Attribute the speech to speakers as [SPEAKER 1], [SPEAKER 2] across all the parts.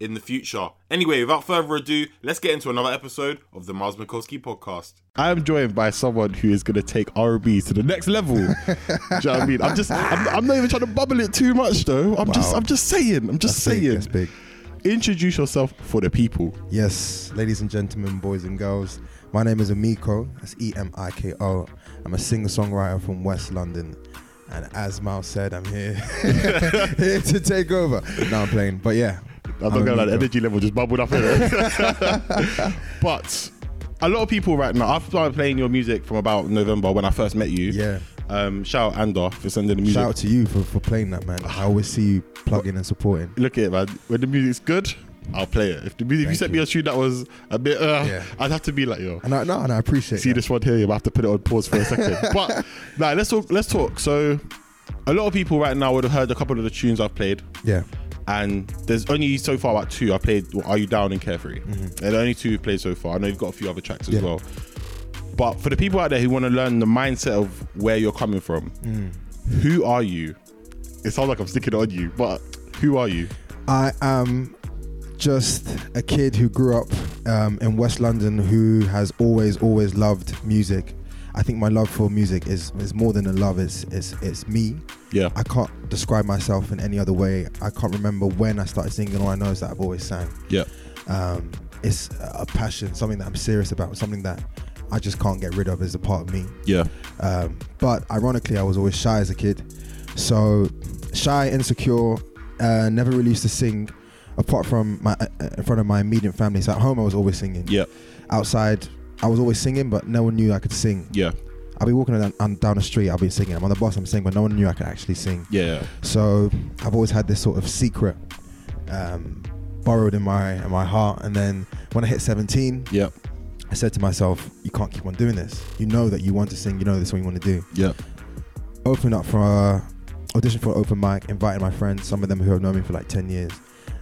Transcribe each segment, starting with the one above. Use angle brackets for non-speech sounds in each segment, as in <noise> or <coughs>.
[SPEAKER 1] in the future. Anyway, without further ado, let's get into another episode of the Mars Mikulski podcast.
[SPEAKER 2] I'm joined by someone who is going to take R&B to the
[SPEAKER 1] <laughs>
[SPEAKER 2] next level. Do you know what I mean? I'm just, I'm, I'm not even trying to bubble it too much though. I'm just,
[SPEAKER 3] Wow.
[SPEAKER 2] I'm just saying. I'm just
[SPEAKER 3] That's big,
[SPEAKER 2] saying.
[SPEAKER 3] that's big.
[SPEAKER 2] Introduce yourself for the people.
[SPEAKER 3] Yes, ladies and gentlemen, boys and girls, my name is Amiko. That's E M I K O. I'm a singer songwriter from West London. And as Miles said, I'm here, <laughs> here to take over. No, I'm playing. But yeah.
[SPEAKER 1] Oh,
[SPEAKER 2] I'm not gonna lie, the
[SPEAKER 3] Amiko.
[SPEAKER 2] energy level just bubbled up.
[SPEAKER 1] <laughs>
[SPEAKER 2] innit? <laughs> but a lot of people right now, I've started playing your music from about November when I first met you.
[SPEAKER 3] Yeah.
[SPEAKER 2] Um, shout out Andor for sending the music.
[SPEAKER 3] Shout out to you for, for playing that, man. I always see you plugging and supporting.
[SPEAKER 2] look at it, man. When the music's good, I'll play it. If the music, if you
[SPEAKER 3] Thank
[SPEAKER 2] sent me
[SPEAKER 3] you.
[SPEAKER 2] a tune that was a bit, uh,
[SPEAKER 3] Yeah.
[SPEAKER 2] I'd have to be like, yo,
[SPEAKER 3] And I, no, and I appreciate
[SPEAKER 2] see
[SPEAKER 3] that.
[SPEAKER 2] this one here, you have to put it on pause for a second.
[SPEAKER 3] <laughs>
[SPEAKER 2] but nah, let's talk. Let's talk. So, a lot of people right now would have heard a couple of the tunes I've played.
[SPEAKER 3] Yeah.
[SPEAKER 2] And there's only so far about two. I played well, Are You Down and Carefree. They're the only two we've played so far. I know you've got a few other tracks as
[SPEAKER 3] Mm-hmm. Yeah.
[SPEAKER 2] well. But for the people out there who want to learn the mindset of where you're coming from,
[SPEAKER 3] Mm.
[SPEAKER 2] who are you? It sounds like I'm sticking it on you, but who are you?
[SPEAKER 3] I am just a kid who grew up um, in West London who has always, always loved music. I think my love for music is, is more than a love, it's, it's, it's me.
[SPEAKER 2] Yeah.
[SPEAKER 3] I can't describe myself in any other way. I can't remember when I started singing. All I know is that I've always sang.
[SPEAKER 2] Yeah.
[SPEAKER 3] Um, it's a passion, something that I'm serious about, something that I just can't get rid of as a part of me.
[SPEAKER 2] Yeah.
[SPEAKER 3] Um, but ironically, I was always shy as a kid. So shy, insecure, uh, never really used to sing apart from my uh, in front of my immediate family. So at home, I was always singing.
[SPEAKER 2] Yeah.
[SPEAKER 3] Outside, I was always singing, but no one knew I could sing.
[SPEAKER 2] Yeah.
[SPEAKER 3] I'll be walking down, um, down the street, I'll be singing. I'm on the bus, I'm singing, but no one knew I could actually sing.
[SPEAKER 2] Yeah.
[SPEAKER 3] So I've always had this sort of secret um, borrowed in my in my heart. And then when I hit 17,
[SPEAKER 2] Yeah.
[SPEAKER 3] I said to myself, "You can't keep on doing this. You know that you want to sing. You know this is what you want to do."
[SPEAKER 2] Yeah.
[SPEAKER 3] open up for a audition for an open mic, invited my friends, some of them who have known me for like 10 years.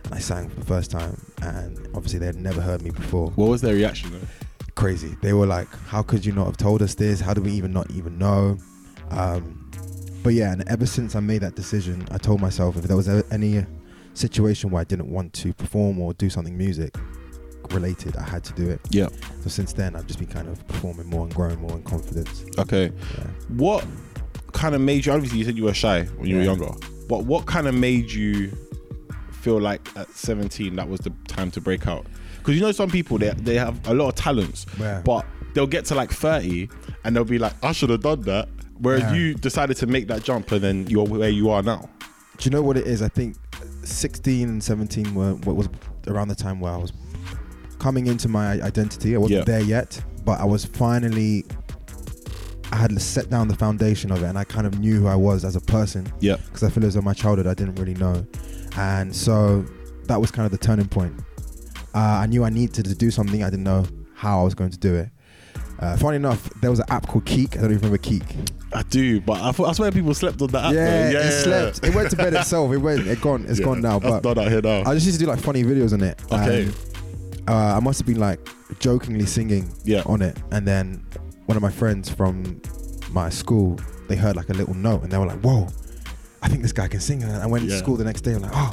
[SPEAKER 3] And I sang for the first time, and obviously they had never heard me before.
[SPEAKER 2] What was their reaction though?
[SPEAKER 3] Crazy. They were like, How could you not have told us this? How do we even not even know? Um, but yeah, and ever since I made that decision, I told myself if there was ever any situation where I didn't want to perform or do something music related, I had to do it.
[SPEAKER 2] Yeah.
[SPEAKER 3] So since then, I've just been kind of performing more and growing more in confidence.
[SPEAKER 2] Okay.
[SPEAKER 3] Yeah.
[SPEAKER 2] What kind of made you? Obviously, you said you were shy when you were
[SPEAKER 3] Yeah.
[SPEAKER 2] younger, but what kind of made you feel like at 17 that was the time to break out? Because you know some people they they have a lot of talents,
[SPEAKER 3] Yeah.
[SPEAKER 2] but they'll get to like 30 and they'll be like, I should have done that. Whereas
[SPEAKER 3] Yeah.
[SPEAKER 2] you decided to make that jump and then you're where you are now.
[SPEAKER 3] do you know what it is? I think 16 and 17 were what was around the time where I was coming into my identity. I wasn't
[SPEAKER 2] Yeah.
[SPEAKER 3] there yet, but I was finally. I had set down the foundation of it, and I kind of knew who I was as a person.
[SPEAKER 2] Yeah.
[SPEAKER 3] Because I feel as though my childhood I didn't really know, and so that was kind of the turning point. Uh, I knew I needed to do something. I didn't know how I was going to do it. Uh, funny enough, there was an app called Keek. I don't even remember Keek.
[SPEAKER 2] I do, but I, thought, I swear people slept on that app.
[SPEAKER 3] Yeah,
[SPEAKER 2] though.
[SPEAKER 3] it slept. It went to bed itself. It went. It gone. It's
[SPEAKER 2] Uh, Yeah,
[SPEAKER 3] gone now.
[SPEAKER 2] That's
[SPEAKER 3] But
[SPEAKER 2] not out here now.
[SPEAKER 3] I just used to do like funny videos on it.
[SPEAKER 2] Okay.
[SPEAKER 3] And, uh, I must have been like jokingly singing
[SPEAKER 2] Yeah.
[SPEAKER 3] on it, and then one of my friends from my school they heard like a little note, and they were like, "Whoa, I think this guy can sing." And I went to
[SPEAKER 2] Yeah.
[SPEAKER 3] school the next day. I'm like, "Oh."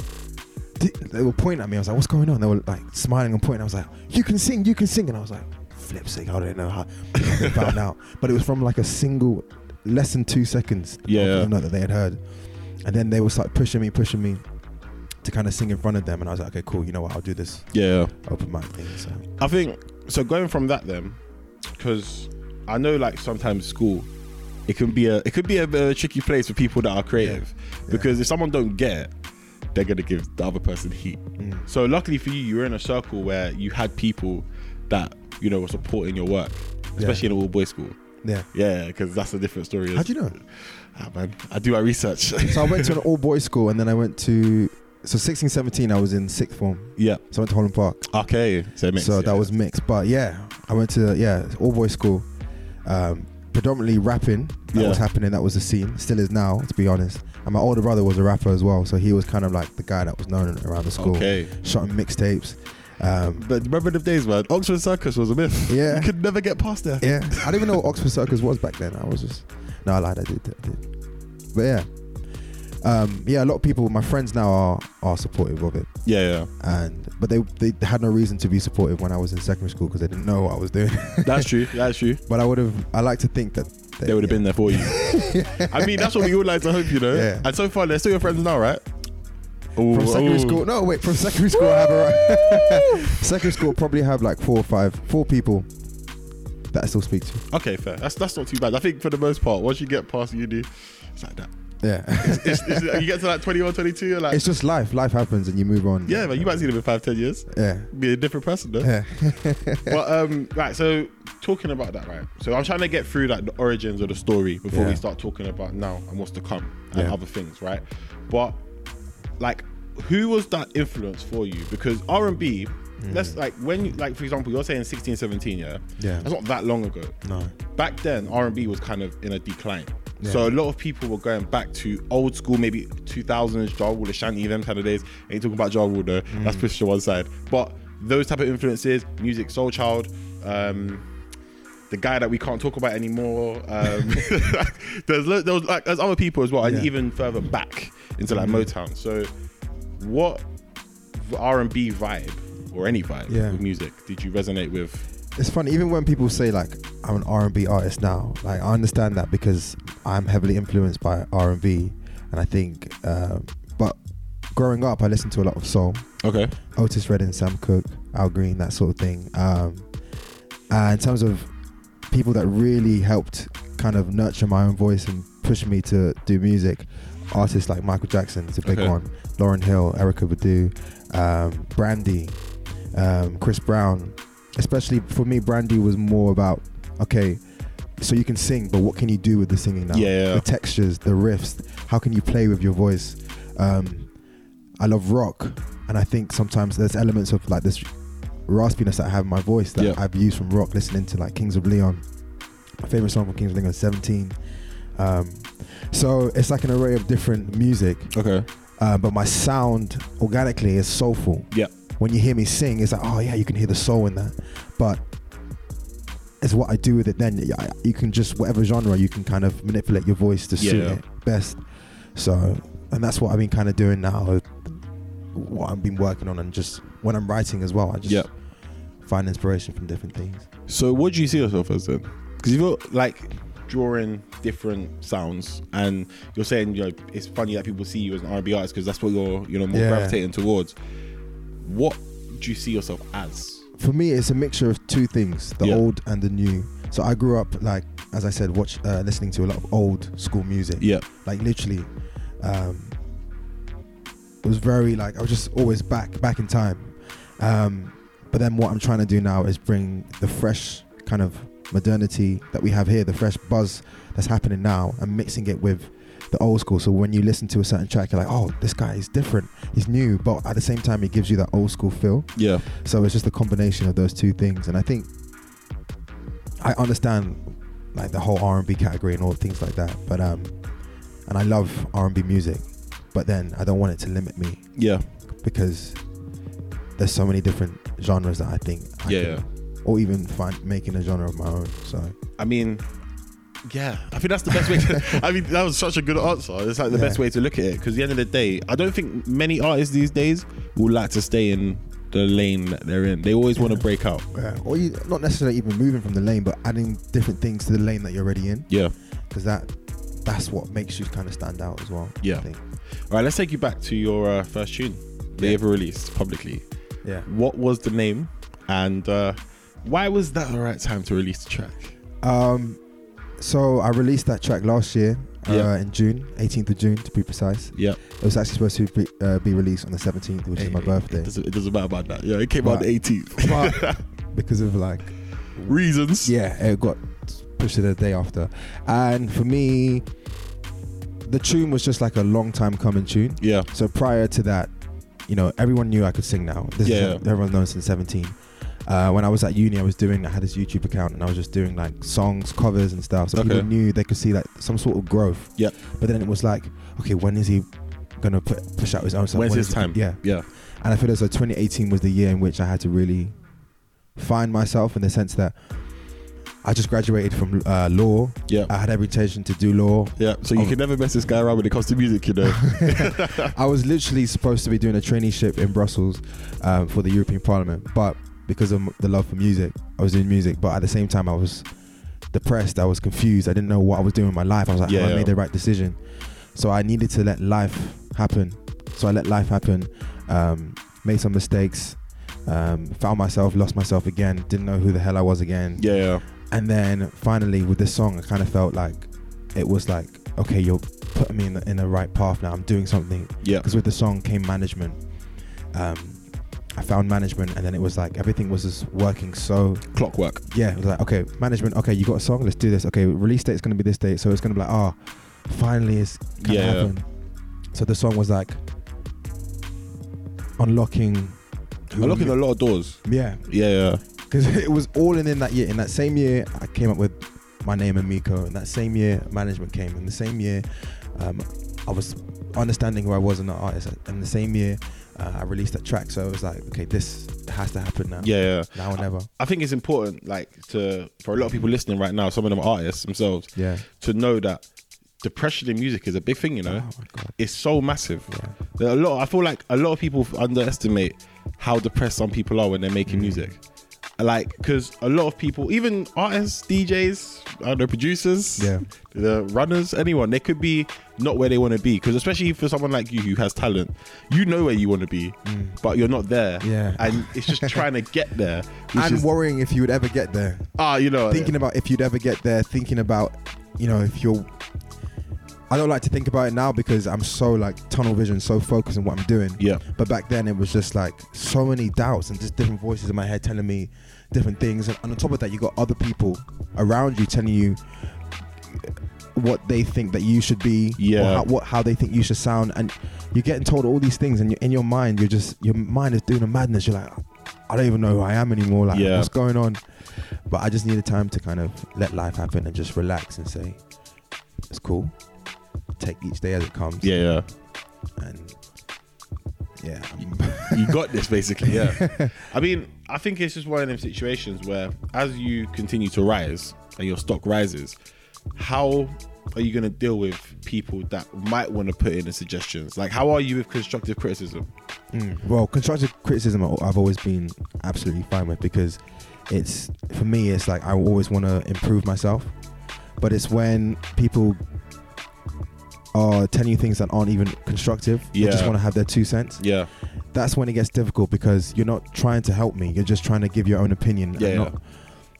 [SPEAKER 3] di- They were pointing at me. I was like, "What's going on?" They were like smiling and pointing. I was like, "You can sing, you can sing," and I was like, "Flip sake, I don't know how." they found out, but it was from like a single, less than two seconds. of
[SPEAKER 2] Yeah.
[SPEAKER 3] the note that they had heard, and then they were like pushing me, pushing me to kind of sing in front of them, and I was like, "Okay, cool. You know what? I'll do this
[SPEAKER 2] yeah.
[SPEAKER 3] open mic thing." So
[SPEAKER 2] I think so. Going from that, then, because I know like sometimes school, it can be a it could be a, bit of a tricky place for people that are creative, because if someone don't get it, they're gonna give the other person heat.
[SPEAKER 3] Mm.
[SPEAKER 2] So luckily for you, you were in a circle where you had people that you know were supporting your work, especially in an all boys school.
[SPEAKER 3] yeah.
[SPEAKER 2] Yeah, because that's a different story.
[SPEAKER 3] How do you know?
[SPEAKER 2] Ah, man, I do my research.
[SPEAKER 3] So I went to an all boys school, and then I went to so 16, 17, I was in sixth form.
[SPEAKER 2] <laughs> yeah.
[SPEAKER 3] So I went to Holland Park.
[SPEAKER 2] Okay. So, it makes,
[SPEAKER 3] so
[SPEAKER 2] yeah.
[SPEAKER 3] that was mixed, but yeah, I went to yeah all boys school, um, predominantly rapping. That
[SPEAKER 2] Yeah.
[SPEAKER 3] was happening. That was the scene. Still is now, to be honest. And my older brother was a rapper as well, so he was kind of like the guy that was known around the school.
[SPEAKER 2] Okay.
[SPEAKER 3] Shot in mixtapes. Um,
[SPEAKER 2] But remember the days, man. Oxford Circus was a myth.
[SPEAKER 3] Yeah.
[SPEAKER 2] you could never get past there.
[SPEAKER 3] Yeah, I didn't even know what Oxford Circus was back then. I was just no, I lied. I did, I did. But yeah, um, yeah. A lot of people, my friends now are are supportive of it,
[SPEAKER 2] Yeah. Yeah.
[SPEAKER 3] and but they they had no reason to be supportive when I was in secondary school because they didn't know what I was doing. <laughs>
[SPEAKER 2] That's true. That's true.
[SPEAKER 3] but I would have. I like to think that
[SPEAKER 2] They would have been there for you. I mean, that's what we all like to hope, you know.
[SPEAKER 3] Yeah.
[SPEAKER 2] And so far, they're still your friends now, right? Ooh,
[SPEAKER 3] from secondary
[SPEAKER 2] ooh.
[SPEAKER 3] school. No, wait, from secondary school, I have around <laughs> secondary school probably have like four or five, four people that I still speak to.
[SPEAKER 2] Okay, fair. That's that's not too bad. I think for the most part, once you get past uni, it's like that.
[SPEAKER 3] <laughs> Yeah,
[SPEAKER 2] It's, it's, you get to like 21, 22, you're like,
[SPEAKER 3] it's just life. Life happens, and you move on.
[SPEAKER 2] yeah, man, you might see them in five, ten years.
[SPEAKER 3] Yeah.
[SPEAKER 2] Be a different person, though.
[SPEAKER 3] Yeah.
[SPEAKER 2] but um, right. So talking about that, right. So I'm trying to get through like the origins of the story before
[SPEAKER 3] Yeah.
[SPEAKER 2] we start talking about now and what's to come and
[SPEAKER 3] Yeah.
[SPEAKER 2] other things, right? But like, who was that influence for you? Because R and B,
[SPEAKER 3] Mm.
[SPEAKER 2] let's like when you like for example, you're saying 16, 17, yeah,
[SPEAKER 3] Yeah.
[SPEAKER 2] that's not that long ago.
[SPEAKER 3] No.
[SPEAKER 2] back then R and B was kind of in a decline.
[SPEAKER 3] Yeah.
[SPEAKER 2] So a lot of people were going back to old school, maybe 2000s, Ja Rule, Ashanti, them kind of days. Ain't talking about Ja Rule though,
[SPEAKER 3] Mm.
[SPEAKER 2] that's pushed to one side. But those type of influences, music, Soul Child, um, the guy that we can't talk about anymore. Um, <laughs> there's, lo- there was, like, there's other people as well, and
[SPEAKER 3] Yeah. Mm-hmm.
[SPEAKER 2] even further back into like Motown. So what R and B vibe or any vibe
[SPEAKER 3] Yeah.
[SPEAKER 2] of music did you resonate with?
[SPEAKER 3] it's funny even when people say like i'm an r&b artist now like i understand that because i'm heavily influenced by r&b and i think uh, but growing up i listened to a lot of soul
[SPEAKER 2] Okay.
[SPEAKER 3] otis redding sam cooke al green that sort of thing um, and in terms of people that really helped kind of nurture my own voice and push me to do music artists like michael jackson is a big
[SPEAKER 2] Okay.
[SPEAKER 3] one lauren hill erica badu um, brandy um, chris brown especially for me brandy was more about okay so you can sing but what can you do with the singing now
[SPEAKER 2] Yeah.
[SPEAKER 3] the textures the riffs how can you play with your voice um, i love rock and i think sometimes there's elements of like this raspiness that i have in my voice that
[SPEAKER 2] Yeah.
[SPEAKER 3] i've used from rock listening to like kings of leon my favorite song from Kings of Leon is 17. Um, so it's like an array of different music,
[SPEAKER 2] Okay.
[SPEAKER 3] uh, but my sound organically is soulful.
[SPEAKER 2] Yeah.
[SPEAKER 3] When you hear me sing, it's like, oh yeah, you can hear the soul in that. But it's what I do with it then. Yeah, You can just, whatever genre, you can kind of manipulate your voice to suit
[SPEAKER 2] Yeah.
[SPEAKER 3] it best. So, and that's what I've been kind of doing now, uh, what I've been working on, and just when I'm writing as well, I just
[SPEAKER 2] Yeah.
[SPEAKER 3] find inspiration from different things.
[SPEAKER 2] So what do you see yourself as then? Because if you're like drawing different sounds, and you're saying you know it's funny that people see you as an R&B artist because that's what you're you know more
[SPEAKER 3] Yeah.
[SPEAKER 2] gravitating towards. What do you see yourself as?
[SPEAKER 3] for me it's a mixture of two things the
[SPEAKER 2] Yeah.
[SPEAKER 3] old and the new so i grew up like as i said watch uh, listening to a lot of old school music
[SPEAKER 2] Yeah.
[SPEAKER 3] like literally um it was very like i was just always back back in time um But then what I'm trying to do now is bring the fresh kind of modernity that we have here, the fresh buzz that's happening now, and mixing it with the old school. So when you listen to a certain track, you're like, oh, this guy is different. He's new, but at the same time, he gives you that old school feel.
[SPEAKER 2] Yeah.
[SPEAKER 3] So it's just a combination of those two things, and I think I understand like the whole R and B category and all things like that. But um, and I love R and B music, but then I don't want it to limit me
[SPEAKER 2] Yeah.
[SPEAKER 3] because there's so many different genres that I think I
[SPEAKER 2] Yeah,
[SPEAKER 3] can-
[SPEAKER 2] yeah.
[SPEAKER 3] or even find making a genre of my own. So
[SPEAKER 2] I mean, yeah, I think that's the best way. To, <laughs> I mean, that was such a good answer. It's like the
[SPEAKER 3] Yeah.
[SPEAKER 2] best way to look at it because at the end of the day, I don't think many artists these days will like to stay in the lane that they're in. They always want to break out.
[SPEAKER 3] yeah, or you not necessarily even moving from the lane, but adding different things to the lane that you're already in
[SPEAKER 2] Yeah.
[SPEAKER 3] because that that's what makes you kind of stand out as well. I
[SPEAKER 2] Yeah.
[SPEAKER 3] think.
[SPEAKER 2] All right, let's take you back to your uh, first tune they
[SPEAKER 3] Yeah.
[SPEAKER 2] ever released publicly.
[SPEAKER 3] yeah.
[SPEAKER 2] What was the name, and uh, why was that the right time to release the track?
[SPEAKER 3] Um, so I released that track last year uh,
[SPEAKER 2] Yeah.
[SPEAKER 3] in June, 18th of June to be precise.
[SPEAKER 2] Yeah,
[SPEAKER 3] It was actually supposed to be, uh, be released on the 17th, which is my birthday.
[SPEAKER 2] It doesn't, it doesn't matter about that. Yeah, it came out the
[SPEAKER 3] Right. <laughs>
[SPEAKER 2] 18th.
[SPEAKER 3] but because of like
[SPEAKER 2] Reasons.
[SPEAKER 3] yeah it got pushed to the day after and for me the tune was just like a long time coming tune
[SPEAKER 2] Yeah.
[SPEAKER 3] so prior to that you know everyone knew i could sing now this
[SPEAKER 2] Yeah.
[SPEAKER 3] is everyone's known since 17 uh, when I was at uni, I was doing. I had this YouTube account, and I was just doing like songs, covers, and stuff. So
[SPEAKER 2] Okay.
[SPEAKER 3] people knew they could see like some sort of growth.
[SPEAKER 2] Yeah.
[SPEAKER 3] But then it was like, okay, when is he gonna put, push out his own stuff?
[SPEAKER 2] When's
[SPEAKER 3] When
[SPEAKER 2] his
[SPEAKER 3] is he-
[SPEAKER 2] time?
[SPEAKER 3] Yeah.
[SPEAKER 2] Yeah.
[SPEAKER 3] And I feel as though 2018 was the year in which I had to really find myself in the sense that I just graduated from uh, law.
[SPEAKER 2] Yeah.
[SPEAKER 3] I had every intention to do law.
[SPEAKER 2] Yeah, so you
[SPEAKER 3] Oh.
[SPEAKER 2] can never mess this guy around when it comes to music, you
[SPEAKER 3] <laughs>
[SPEAKER 2] know.
[SPEAKER 3] I was literally supposed to be doing a traineeship in Brussels um, for the European Parliament, but because of m- the love for music, I was doing music. But at the same time, I was depressed. I was confused. I didn't know what I was doing in my life. I was like,
[SPEAKER 2] Yeah,
[SPEAKER 3] have
[SPEAKER 2] yeah.
[SPEAKER 3] I made the right decision? So I needed to let life happen. So I let life happen. Um, made some mistakes. Um, found myself, lost myself again. Didn't know who the hell I was again.
[SPEAKER 2] yeah, yeah.
[SPEAKER 3] And then finally, with this song, I kind of felt like it was like, okay, you're putting me in the, in the right path now. I'm doing something
[SPEAKER 2] Yeah.
[SPEAKER 3] because with the song came management. Um, I found management, and then it was like everything was just working. So
[SPEAKER 2] Clockwork.
[SPEAKER 3] yeah, it was like okay, management. Okay, you got a song. Let's do this. Okay, release date's gonna be this date. So it's gonna be like ah, finally it's gonna
[SPEAKER 2] Yeah.
[SPEAKER 3] happen. So the song was like unlocking. who
[SPEAKER 2] Unlocking a
[SPEAKER 3] you-
[SPEAKER 2] lot of doors.
[SPEAKER 3] yeah,
[SPEAKER 2] Yeah, yeah.
[SPEAKER 3] because it was all in, in that year. In that same year, I came up with my name and Miko. In that same year, management came. In the same year, um, I was understanding who I was as an artist. In the same year, uh, I released that track. So it was like, okay, this has to happen now.
[SPEAKER 2] Yeah, yeah.
[SPEAKER 3] Now or never.
[SPEAKER 2] I think it's important, like, to for a lot of people listening right now, some of them are artists themselves,
[SPEAKER 3] Yeah.
[SPEAKER 2] to know that depression in music is a big thing, you know.
[SPEAKER 3] Oh my God.
[SPEAKER 2] It's so massive. There are a lot I feel like a lot of people underestimate how depressed some people are when they're making
[SPEAKER 3] Mm.
[SPEAKER 2] music. Like, because a lot of people, even artists, DJs, I don't know, producers,
[SPEAKER 3] Yeah.
[SPEAKER 2] the runners, anyone, they could be not where they want to be. Because especially for someone like you who has talent, you know where you want to be, but you're not there.
[SPEAKER 3] Mm. Yeah.
[SPEAKER 2] and it's
[SPEAKER 3] <laughs>
[SPEAKER 2] just trying to get there. which
[SPEAKER 3] And
[SPEAKER 2] is-
[SPEAKER 3] worrying if you would ever get there.
[SPEAKER 2] Ah, you know,
[SPEAKER 3] Thinking about if you'd ever get there. Thinking about, you know, if you're. I don't like to think about it now because I'm so like tunnel vision, so focused on what I'm doing.
[SPEAKER 2] yeah,
[SPEAKER 3] But back then, it was just like so many doubts and just different voices in my head telling me different things. And on top of that, you got other people around you telling you what they think that you should be, or
[SPEAKER 2] Yeah.
[SPEAKER 3] how, what how they think you should sound. And you're getting told all these things, and you in your mind, you're just your mind is doing a madness. You're like, I don't even know who I am anymore. Like,
[SPEAKER 2] Yeah.
[SPEAKER 3] what's going on? But I just needed time to kind of let life happen and just relax and say, it's cool. Take each day as it comes.
[SPEAKER 2] yeah, yeah.
[SPEAKER 3] And yeah.
[SPEAKER 2] <laughs>
[SPEAKER 3] I'm-
[SPEAKER 2] you got this basically yeah <laughs> i mean i think it's just one of them situations where as you continue to rise and your stock rises how are you going to deal with people that might want to put in the suggestions like how are you with constructive criticism
[SPEAKER 3] Well, constructive criticism, I- I've always been absolutely fine with because it's for me, it's like I always want to improve myself, but it's when people are telling you things that aren't even constructive. They just
[SPEAKER 2] Yeah.
[SPEAKER 3] want to have their two cents.
[SPEAKER 2] yeah
[SPEAKER 3] That's when it gets difficult because you're not trying to help me. You're just trying to give your own opinion.
[SPEAKER 2] Yeah,
[SPEAKER 3] and
[SPEAKER 2] yeah.
[SPEAKER 3] not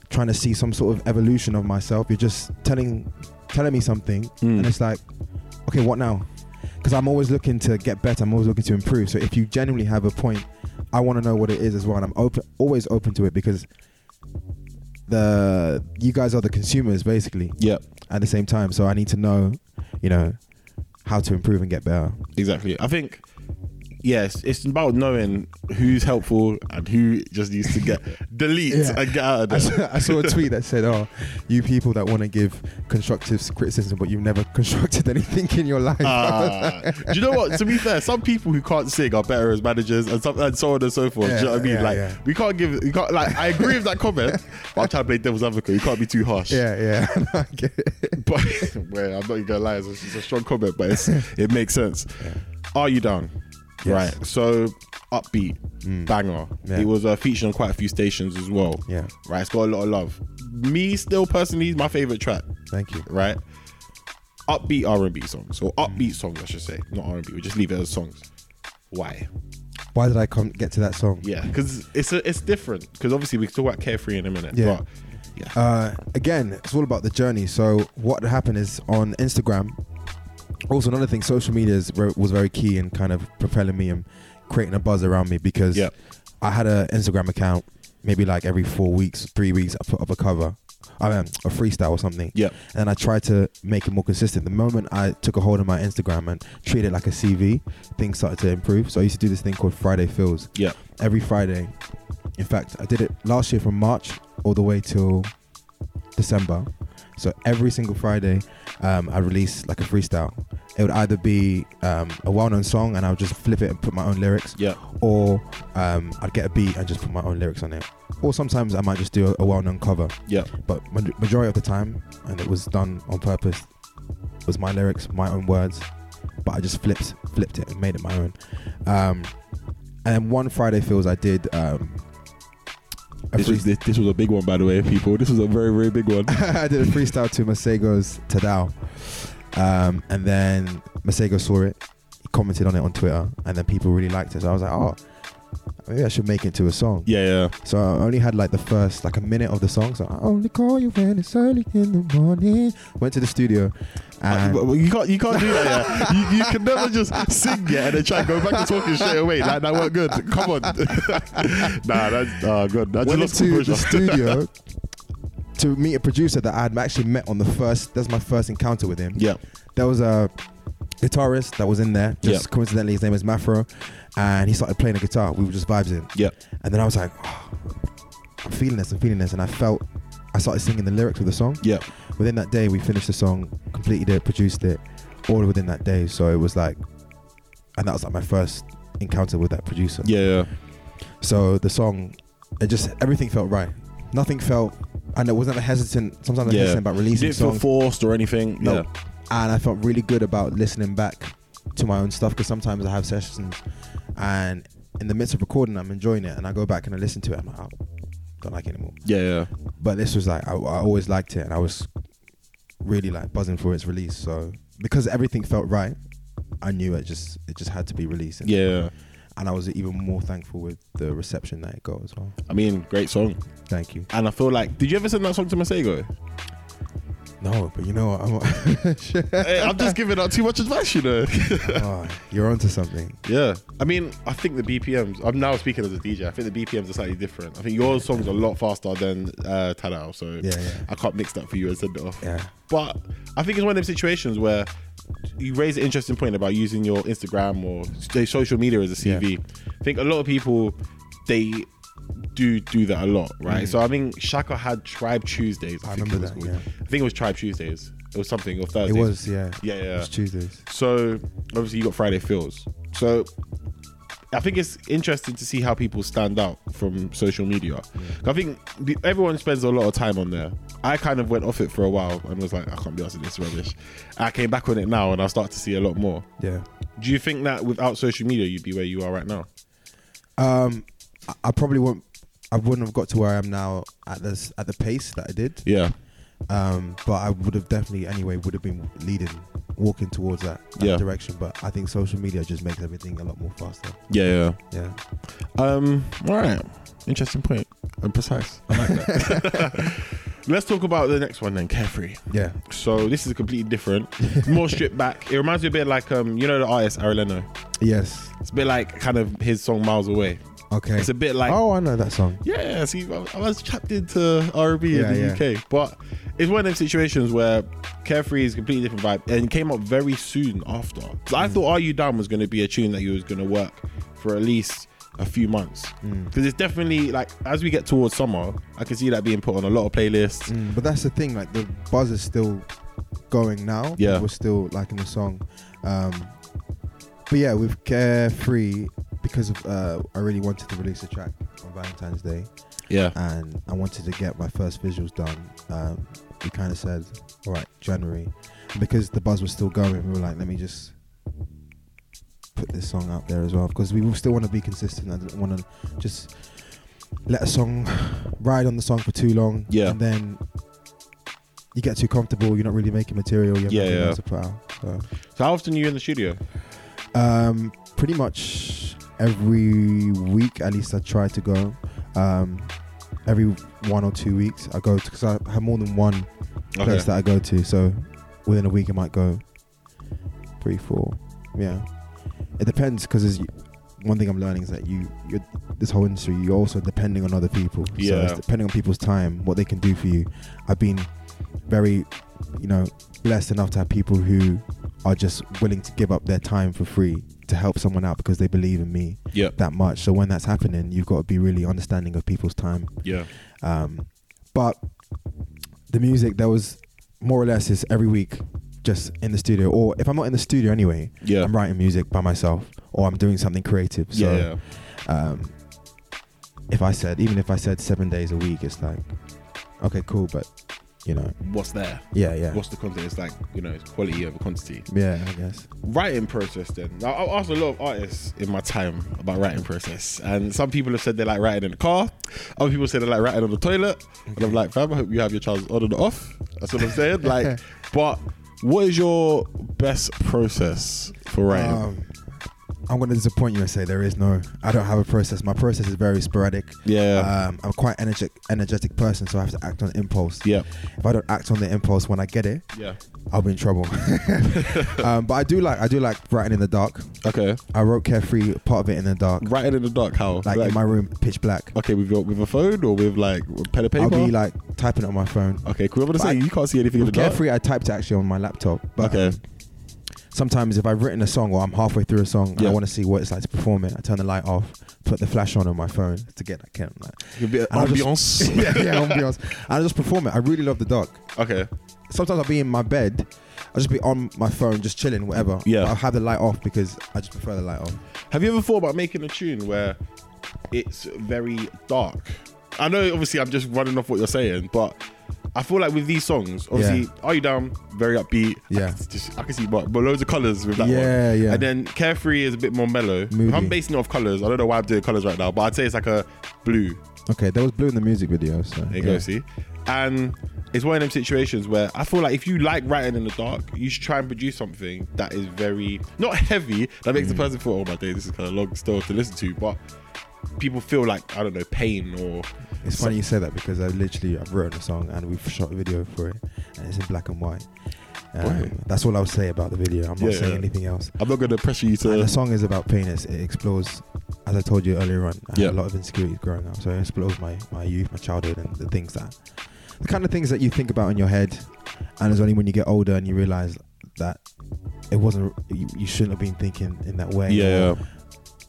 [SPEAKER 3] trying to see some sort of evolution of myself. You're just telling telling me something,
[SPEAKER 2] Mm.
[SPEAKER 3] and it's like, okay, what now? Because I'm always looking to get better. I'm always looking to improve. So if you genuinely have a point, I want to know what it is as well. And I'm open, always open to it because the you guys are the consumers basically.
[SPEAKER 2] Yeah,
[SPEAKER 3] At the same time, so I need to know, you know, how to improve and get better.
[SPEAKER 2] exactly. I think yes, it's about knowing who's helpful and who just needs to get <laughs> delete
[SPEAKER 3] Yeah.
[SPEAKER 2] and get out of
[SPEAKER 3] I
[SPEAKER 2] there.
[SPEAKER 3] saw, I saw a tweet that said, "Oh, you people that want to give constructive criticism, but you've never <laughs> constructed anything in your life."
[SPEAKER 2] Ah. do you know what? To be fair, some people who can't sing are better as managers and, some, and so on and so forth. do you know what I mean?
[SPEAKER 3] Yeah, yeah,
[SPEAKER 2] like
[SPEAKER 3] yeah.
[SPEAKER 2] we can't give, we can't like. I agree with that comment, but I'm trying to play devil's advocate. You can't be too harsh.
[SPEAKER 3] <laughs> yeah, yeah. <laughs> I get it.
[SPEAKER 2] But <laughs> well, I'm not even gonna lie, it's, it's a strong comment, but it's, it makes sense. Are you down?
[SPEAKER 3] Yes. Mm.
[SPEAKER 2] Right. So upbeat, banger.
[SPEAKER 3] Yeah.
[SPEAKER 2] It was uh, featured on quite a few stations as well.
[SPEAKER 3] Yeah.
[SPEAKER 2] Right. It's got a lot of love. Me still personally, my favorite track.
[SPEAKER 3] Thank you.
[SPEAKER 2] Right. Upbeat R and B songs, or upbeat songs, I should say, not R and B. We just leave it as songs. Why?
[SPEAKER 3] Why did I come get to that song?
[SPEAKER 2] Yeah, because it's a, it's different. Because obviously we can talk about carefree in a minute.
[SPEAKER 3] Yeah.
[SPEAKER 2] But yeah.
[SPEAKER 3] Uh, again, it's all about the journey. So what happened is on Instagram. Also, another thing, social media is, ver- was very key in kind of propelling me and creating a buzz around me because
[SPEAKER 2] Yep.
[SPEAKER 3] I had an Instagram account. Maybe like every four weeks, three weeks, I put up a cover, I mean, a freestyle or something.
[SPEAKER 2] Yep.
[SPEAKER 3] And I tried to make it more consistent. The moment I took a hold of my Instagram and treated it like a CV, things started to improve. So I used to do this thing called Friday Fills
[SPEAKER 2] yeah.
[SPEAKER 3] every Friday. In fact, I did it last year from March all the way till December. So every single Friday, um, I release like a freestyle. It would either be um, a well-known song and I would just flip it and put my own lyrics,
[SPEAKER 2] Yeah.
[SPEAKER 3] or um, I'd get a beat and just put my own lyrics on it. Or sometimes I might just do a, a well-known cover.
[SPEAKER 2] Yeah.
[SPEAKER 3] But ma- majority of the time, and it was done on purpose, was my lyrics, my own words, but I just flipped flipped it and made it my own. Um, and one Friday feels I did. Um, a
[SPEAKER 2] This was,
[SPEAKER 3] freest-
[SPEAKER 2] this, this was a big one, by the way, people. This was a very, very big one.
[SPEAKER 3] <laughs> I did a freestyle to Masego's Tadao, um, and then Masego saw it, he commented on it on Twitter, and then people really liked it. So I was like, oh, maybe I should make it to a song.
[SPEAKER 2] <laughs> Yeah, yeah.
[SPEAKER 3] So I only had like the first like a minute of the song. So I only call you when it's early in the morning. Went to the studio,
[SPEAKER 2] Uh,
[SPEAKER 3] and
[SPEAKER 2] well, you can't, you can't do that.
[SPEAKER 3] <laughs>
[SPEAKER 2] Yeah. you, you can never just sing it and then try and go back to talking straight away. Like that weren't good. Come on. <laughs> nah, that's oh god. I just
[SPEAKER 3] went
[SPEAKER 2] lost
[SPEAKER 3] into the
[SPEAKER 2] composure.
[SPEAKER 3] studio to meet a producer that I had actually met on the first. That's my first encounter with him.
[SPEAKER 2] yeah,
[SPEAKER 3] There was a guitarist that was in there. Just
[SPEAKER 2] Yeah.
[SPEAKER 3] coincidentally, his name is Mafro, and he started playing the guitar. We were just vibes in.
[SPEAKER 2] yeah,
[SPEAKER 3] And then I was like, "Oh, I'm feeling this, I'm feeling this. And I felt, I started singing the lyrics of the song.
[SPEAKER 2] yeah,
[SPEAKER 3] Within that day, we finished the song, completed it, produced it, all within that day. So it was like, and that was like my first encounter with that producer.
[SPEAKER 2] <laughs> yeah, yeah.
[SPEAKER 3] So the song, it just, everything felt right. Nothing felt, and it wasn't hesitant, sometimes I'm
[SPEAKER 2] Yeah.
[SPEAKER 3] hesitant about releasing
[SPEAKER 2] Didn't feel
[SPEAKER 3] songs.
[SPEAKER 2] forced or anything.
[SPEAKER 3] No.
[SPEAKER 2] Yeah,
[SPEAKER 3] and I felt really good about listening back to my own stuff because sometimes I have sessions and in the midst of recording, I'm enjoying it and I go back and I listen to it. I'm like, oh, don't like it anymore.
[SPEAKER 2] yeah, yeah.
[SPEAKER 3] But this was like, I, I always liked it and I was really like buzzing for its release. So because everything felt right, I knew it just it just had to be released. And,
[SPEAKER 2] yeah.
[SPEAKER 3] and I was even more thankful with the reception that it got as well.
[SPEAKER 2] I mean, great song.
[SPEAKER 3] Thank you.
[SPEAKER 2] And I feel like, did you ever send that song to Masego?
[SPEAKER 3] No, but you know what? I'm, <laughs>
[SPEAKER 2] hey, I'm just giving out too much advice, you know. <laughs>
[SPEAKER 3] oh, you're onto something.
[SPEAKER 2] Yeah, I mean, I think the BPMs. I'm now speaking as a DJ. I think the BPMs are slightly different. I think your song's a lot faster than uh, Tadao, so
[SPEAKER 3] Yeah, yeah.
[SPEAKER 2] I can't mix that for you and send it off.
[SPEAKER 3] Yeah.
[SPEAKER 2] but I think it's one of those situations where you raise an interesting point about using your Instagram or s- social media as a CV. I think a lot of people they do do that a lot, right? So I think Shaka had Tribe Tuesdays. I,
[SPEAKER 3] Mm. I
[SPEAKER 2] think
[SPEAKER 3] remember
[SPEAKER 2] it was
[SPEAKER 3] that,
[SPEAKER 2] called.
[SPEAKER 3] yeah.
[SPEAKER 2] I think it was Tribe Tuesdays. It was something or
[SPEAKER 3] It
[SPEAKER 2] Thursdays.
[SPEAKER 3] was, yeah.
[SPEAKER 2] Yeah, yeah.
[SPEAKER 3] It was Tuesdays.
[SPEAKER 2] So obviously you got Friday feels. So I think it's interesting to see how people stand out from social media. I think the, everyone spends a lot of time on there. I kind of went off it for a while and was like, I can't be asked with this rubbish. I came back on it now and I start to see a lot more.
[SPEAKER 3] Yeah.
[SPEAKER 2] Do you think that without social media you'd be where you are right now?
[SPEAKER 3] Um, I, I probably won't. I wouldn't have got to where I am now at this at the pace that I did.
[SPEAKER 2] Yeah,
[SPEAKER 3] Um, but I would have definitely anyway would have been leading, walking towards that, that
[SPEAKER 2] Yeah.
[SPEAKER 3] direction. But I think social media just makes everything a lot more faster.
[SPEAKER 2] yeah,
[SPEAKER 3] Yeah.
[SPEAKER 2] yeah. Um, all right, interesting point. And precise. I like that. <laughs> Let's talk about the next one then. Carefree.
[SPEAKER 3] Yeah.
[SPEAKER 2] So this is completely different,
[SPEAKER 3] <laughs>
[SPEAKER 2] more stripped back. It reminds me a bit like um, you know the artist Areleno.
[SPEAKER 3] Yes.
[SPEAKER 2] It's a bit like kind of his song Miles Away.
[SPEAKER 3] Okay.
[SPEAKER 2] It's a bit like
[SPEAKER 3] oh, I know that song.
[SPEAKER 2] Yeah, see, I I was trapped into R&B
[SPEAKER 3] Yeah,
[SPEAKER 2] in the
[SPEAKER 3] yeah.
[SPEAKER 2] UK, but it's one of those situations where Carefree is a completely different vibe, and it came up very soon after. 'Cause
[SPEAKER 3] Mm.
[SPEAKER 2] I thought "Are You Down" was going to be a tune that you was going to work for at least a few months,
[SPEAKER 3] Mm.
[SPEAKER 2] because it's definitely like as we get towards summer, I can see that being put on a lot of playlists.
[SPEAKER 3] But that's the thing, like the buzz is still going now.
[SPEAKER 2] Yeah.
[SPEAKER 3] We're still liking the song. Um But yeah, with Carefree, because of uh I really wanted to release a track on Valentine's Day
[SPEAKER 2] Yeah,
[SPEAKER 3] and I wanted to get my first visuals done. Um we kinda said, All right, January. And because the buzz was still going, we were like, let me just put this song out there as well because we still want to be consistent. I didn't want to just let a song ride on the song for too long.
[SPEAKER 2] Yeah.
[SPEAKER 3] And then you get too comfortable. You're not really making material. You're
[SPEAKER 2] Yeah,
[SPEAKER 3] yeah,
[SPEAKER 2] yeah.
[SPEAKER 3] To put out. So,
[SPEAKER 2] so how often are you in the studio?
[SPEAKER 3] um, pretty much every week, at least I try to go. Um, every one or two weeks, I go because I have more than one place that I go to. So within a week, I might go three, four. Yeah, it depends because one thing I'm learning is that you, you're, this whole industry, you're also depending on other people.
[SPEAKER 2] Yeah.
[SPEAKER 3] So it's depending on people's time, what they can do for you. I've been very, you know, blessed enough to have people who are just willing to give up their time for free to help someone out because they believe in me
[SPEAKER 2] yeah,
[SPEAKER 3] that much. So when that's happening, you've got to be really understanding of people's time
[SPEAKER 2] yeah,
[SPEAKER 3] um, but the music that was more or less is every week just in the studio or if i'm not in the studio anyway
[SPEAKER 2] Yeah.
[SPEAKER 3] i'm writing music by myself or i'm doing something creative so
[SPEAKER 2] yeah, yeah.
[SPEAKER 3] Um, if i said even if i said seven days a week it's like okay cool but you know
[SPEAKER 2] What's there?
[SPEAKER 3] yeah yeah
[SPEAKER 2] What's the content? It's like you know, it's quality over quantity.
[SPEAKER 3] yeah i guess
[SPEAKER 2] writing process then now i've asked a lot of artists in my time about writing process and some people have said they like writing in the car other people say they like writing on the toilet and i'm like fam i hope you have your trousers on and off that's what i'm saying
[SPEAKER 3] <laughs>
[SPEAKER 2] like but what is your best process for writing
[SPEAKER 3] um, i'm going to disappoint you and say there is no i don't have a process my process is very sporadic
[SPEAKER 2] Yeah.
[SPEAKER 3] um, i'm quite energetic energetic person so i have to act on impulse
[SPEAKER 2] Yeah.
[SPEAKER 3] if i don't act on the impulse when i get it
[SPEAKER 2] yeah
[SPEAKER 3] I'll be
[SPEAKER 2] <laughs>
[SPEAKER 3] in trouble. <laughs> um, but I do like I do like writing in the dark.
[SPEAKER 2] okay
[SPEAKER 3] I wrote carefree part of it in the dark,
[SPEAKER 2] writing in the dark how
[SPEAKER 3] like, in my room, pitch black.
[SPEAKER 2] okay with your with a phone or with like a pen and paper
[SPEAKER 3] I'll be like typing it on my phone.
[SPEAKER 2] okay cool i'm gonna
[SPEAKER 3] But I-
[SPEAKER 2] say you can't see anything in the
[SPEAKER 3] With
[SPEAKER 2] dark
[SPEAKER 3] carefree, I typed it actually on my laptop. But
[SPEAKER 2] okay
[SPEAKER 3] um, sometimes if I've written a song or I'm halfway through a song, and
[SPEAKER 2] Yeah.
[SPEAKER 3] I want to see what it's like to perform it. I turn the light off, put the flash on on my phone to get that kind of like.
[SPEAKER 2] You'll be-
[SPEAKER 3] and I'll just-
[SPEAKER 2] ambiance. <laughs>
[SPEAKER 3] <laughs> yeah, yeah, ambiance. And I just perform it. I really love the dark.
[SPEAKER 2] okay
[SPEAKER 3] sometimes I'll be in my bed, I'll just be on my phone, just chilling, whatever.
[SPEAKER 2] Yeah.
[SPEAKER 3] But I'll have the light off because I just prefer the light off.
[SPEAKER 2] Have you ever thought about making a tune where it's very dark? I know, obviously, I'm just running off what you're saying, but I feel like with these songs, obviously, Are You Down? Very upbeat. I
[SPEAKER 3] Yeah.
[SPEAKER 2] can, just, I can see, but, but loads of colors with that
[SPEAKER 3] Yeah,
[SPEAKER 2] one.
[SPEAKER 3] yeah.
[SPEAKER 2] And then Carefree is a bit more mellow.
[SPEAKER 3] Moody.
[SPEAKER 2] If I'm basing it off colors. I don't know why I'm doing colors right now, but I'd say it's like a blue.
[SPEAKER 3] Okay, there was blue in the music video, so
[SPEAKER 2] There you
[SPEAKER 3] yeah.
[SPEAKER 2] go, see? And it's one of them situations where I feel like if you like writing in the dark, you should try and produce something that is very not heavy, that makes the
[SPEAKER 3] Mm.
[SPEAKER 2] person feel, oh my day, this is kind of long still to listen to, but people feel like, I don't know, pain or
[SPEAKER 3] It's funny you say that because I literally I've written a song and we've shot a video for it and it's in black and white.
[SPEAKER 2] Wow.
[SPEAKER 3] Um, that's all I'll say about the video. I'm not
[SPEAKER 2] Yeah,
[SPEAKER 3] saying
[SPEAKER 2] yeah.
[SPEAKER 3] anything else.
[SPEAKER 2] I'm not gonna pressure you
[SPEAKER 3] and
[SPEAKER 2] to
[SPEAKER 3] the song is about penis. It explores, as I told you earlier on, I
[SPEAKER 2] Yeah.
[SPEAKER 3] had a lot of insecurities growing up. So it explores my, my youth, my childhood, and the things that, the kind of things that you think about in your head. And it's only when you get older and you realize that it wasn't, you, you shouldn't have been thinking in that way.
[SPEAKER 2] Yeah, yeah.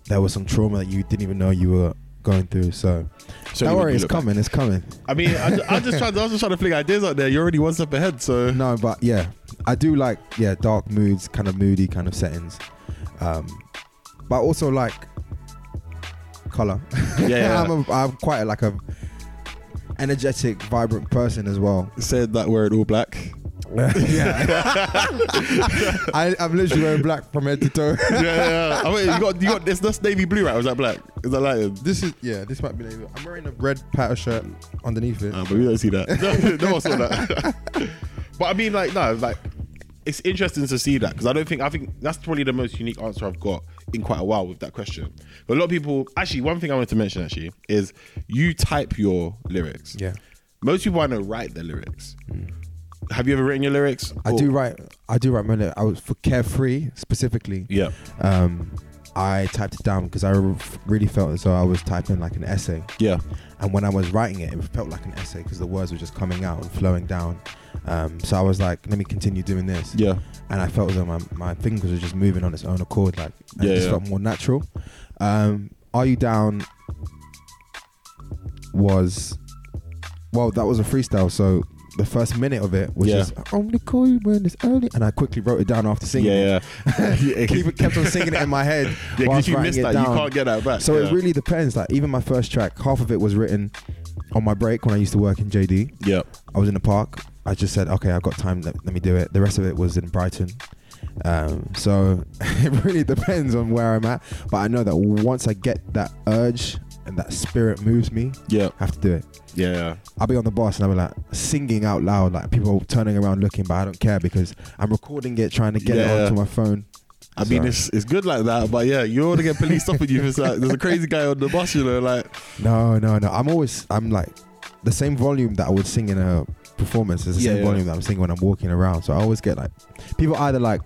[SPEAKER 3] There was some trauma that you didn't even know you were going through. So
[SPEAKER 2] So
[SPEAKER 3] don't
[SPEAKER 2] you-
[SPEAKER 3] worry,
[SPEAKER 2] you
[SPEAKER 3] it's
[SPEAKER 2] look back.
[SPEAKER 3] coming, it's coming.
[SPEAKER 2] I mean, I, I just tried. I was just trying to fling ideas out there. You're already one step ahead, so
[SPEAKER 3] No, but yeah, I do like yeah dark moods, kind of moody kind of settings, um, but I also like color.
[SPEAKER 2] Yeah, yeah.
[SPEAKER 3] <laughs> I'm, a, I'm quite like a energetic, vibrant person as
[SPEAKER 2] <laughs>
[SPEAKER 3] well.
[SPEAKER 2] said that word all
[SPEAKER 3] <laughs>
[SPEAKER 2] black.
[SPEAKER 3] yeah, <laughs> I, I'm literally wearing black from head to toe. <laughs>
[SPEAKER 2] yeah, yeah. I mean, you got you got this. That's navy blue, right? Or is that black? Is that light?
[SPEAKER 3] this is yeah, this might be. Like, I'm wearing a red pattern shirt underneath it.
[SPEAKER 2] Uh, but we don't see that. <laughs> no, no one saw that. <laughs> but I mean, like, no, like, it's interesting to see that because I don't think I think that's probably the most unique answer I've got in quite a while with that question. But a lot of people, actually, one thing I wanted to mention actually is you type your lyrics.
[SPEAKER 3] Yeah. Hmm.
[SPEAKER 2] Most people I know write their lyrics. Have you ever written your lyrics?
[SPEAKER 3] I
[SPEAKER 2] Or-
[SPEAKER 3] do write. I do write my. lyrics. I was for carefree specifically.
[SPEAKER 2] Yeah.
[SPEAKER 3] um, I typed it down because I re- really felt as though I was typing like an essay.
[SPEAKER 2] Yeah.
[SPEAKER 3] And when I was writing it, it felt like an essay because the words were just coming out and flowing down. Um, so I was like, let me continue doing this.
[SPEAKER 2] Yeah.
[SPEAKER 3] And I felt as though my, my fingers were just moving on its own accord. Like, and
[SPEAKER 2] Yeah,
[SPEAKER 3] it just
[SPEAKER 2] yeah.
[SPEAKER 3] felt more natural. Um, Are You Down was, well, that was a freestyle. So the first minute of it was
[SPEAKER 2] Yeah.
[SPEAKER 3] just, I only call you when it's early. And I quickly wrote it down after singing it.
[SPEAKER 2] Yeah, yeah. <coughs> <laughs> Yeah, 'cause-
[SPEAKER 3] <laughs> Keep kept on singing it in my head.
[SPEAKER 2] Yeah, 'cause
[SPEAKER 3] whilst
[SPEAKER 2] if you
[SPEAKER 3] writing
[SPEAKER 2] miss
[SPEAKER 3] it
[SPEAKER 2] that, you
[SPEAKER 3] down.
[SPEAKER 2] can't get that back.
[SPEAKER 3] So
[SPEAKER 2] Yeah.
[SPEAKER 3] it really depends. Like even my first track, half of it was written on my break when I used to work in JD.
[SPEAKER 2] Yeah.
[SPEAKER 3] I was in the park. I just said, okay, I've got time. Let, let me do it. The rest of it was in Brighton. Um, so <laughs> it really depends on where I'm at. But I know that once I get that urge and that spirit moves me,
[SPEAKER 2] Yeah.
[SPEAKER 3] I have to do it.
[SPEAKER 2] Yeah. Yeah.
[SPEAKER 3] I'll be on the bus and I'll be like singing out loud, like people turning around looking, but I don't care because I'm recording it, trying to get
[SPEAKER 2] Yeah.
[SPEAKER 3] it onto my phone.
[SPEAKER 2] I mean,
[SPEAKER 3] So-
[SPEAKER 2] it's it's good like that, but yeah, you want to get police stopping you. if It's like there's a crazy guy on the bus, you know, like
[SPEAKER 3] No, no, no. I'm always I'm like the same volume that I would sing in a performance is the
[SPEAKER 2] Yeah,
[SPEAKER 3] same
[SPEAKER 2] yeah.
[SPEAKER 3] volume that I'm singing when I'm walking around. So I always get like people either like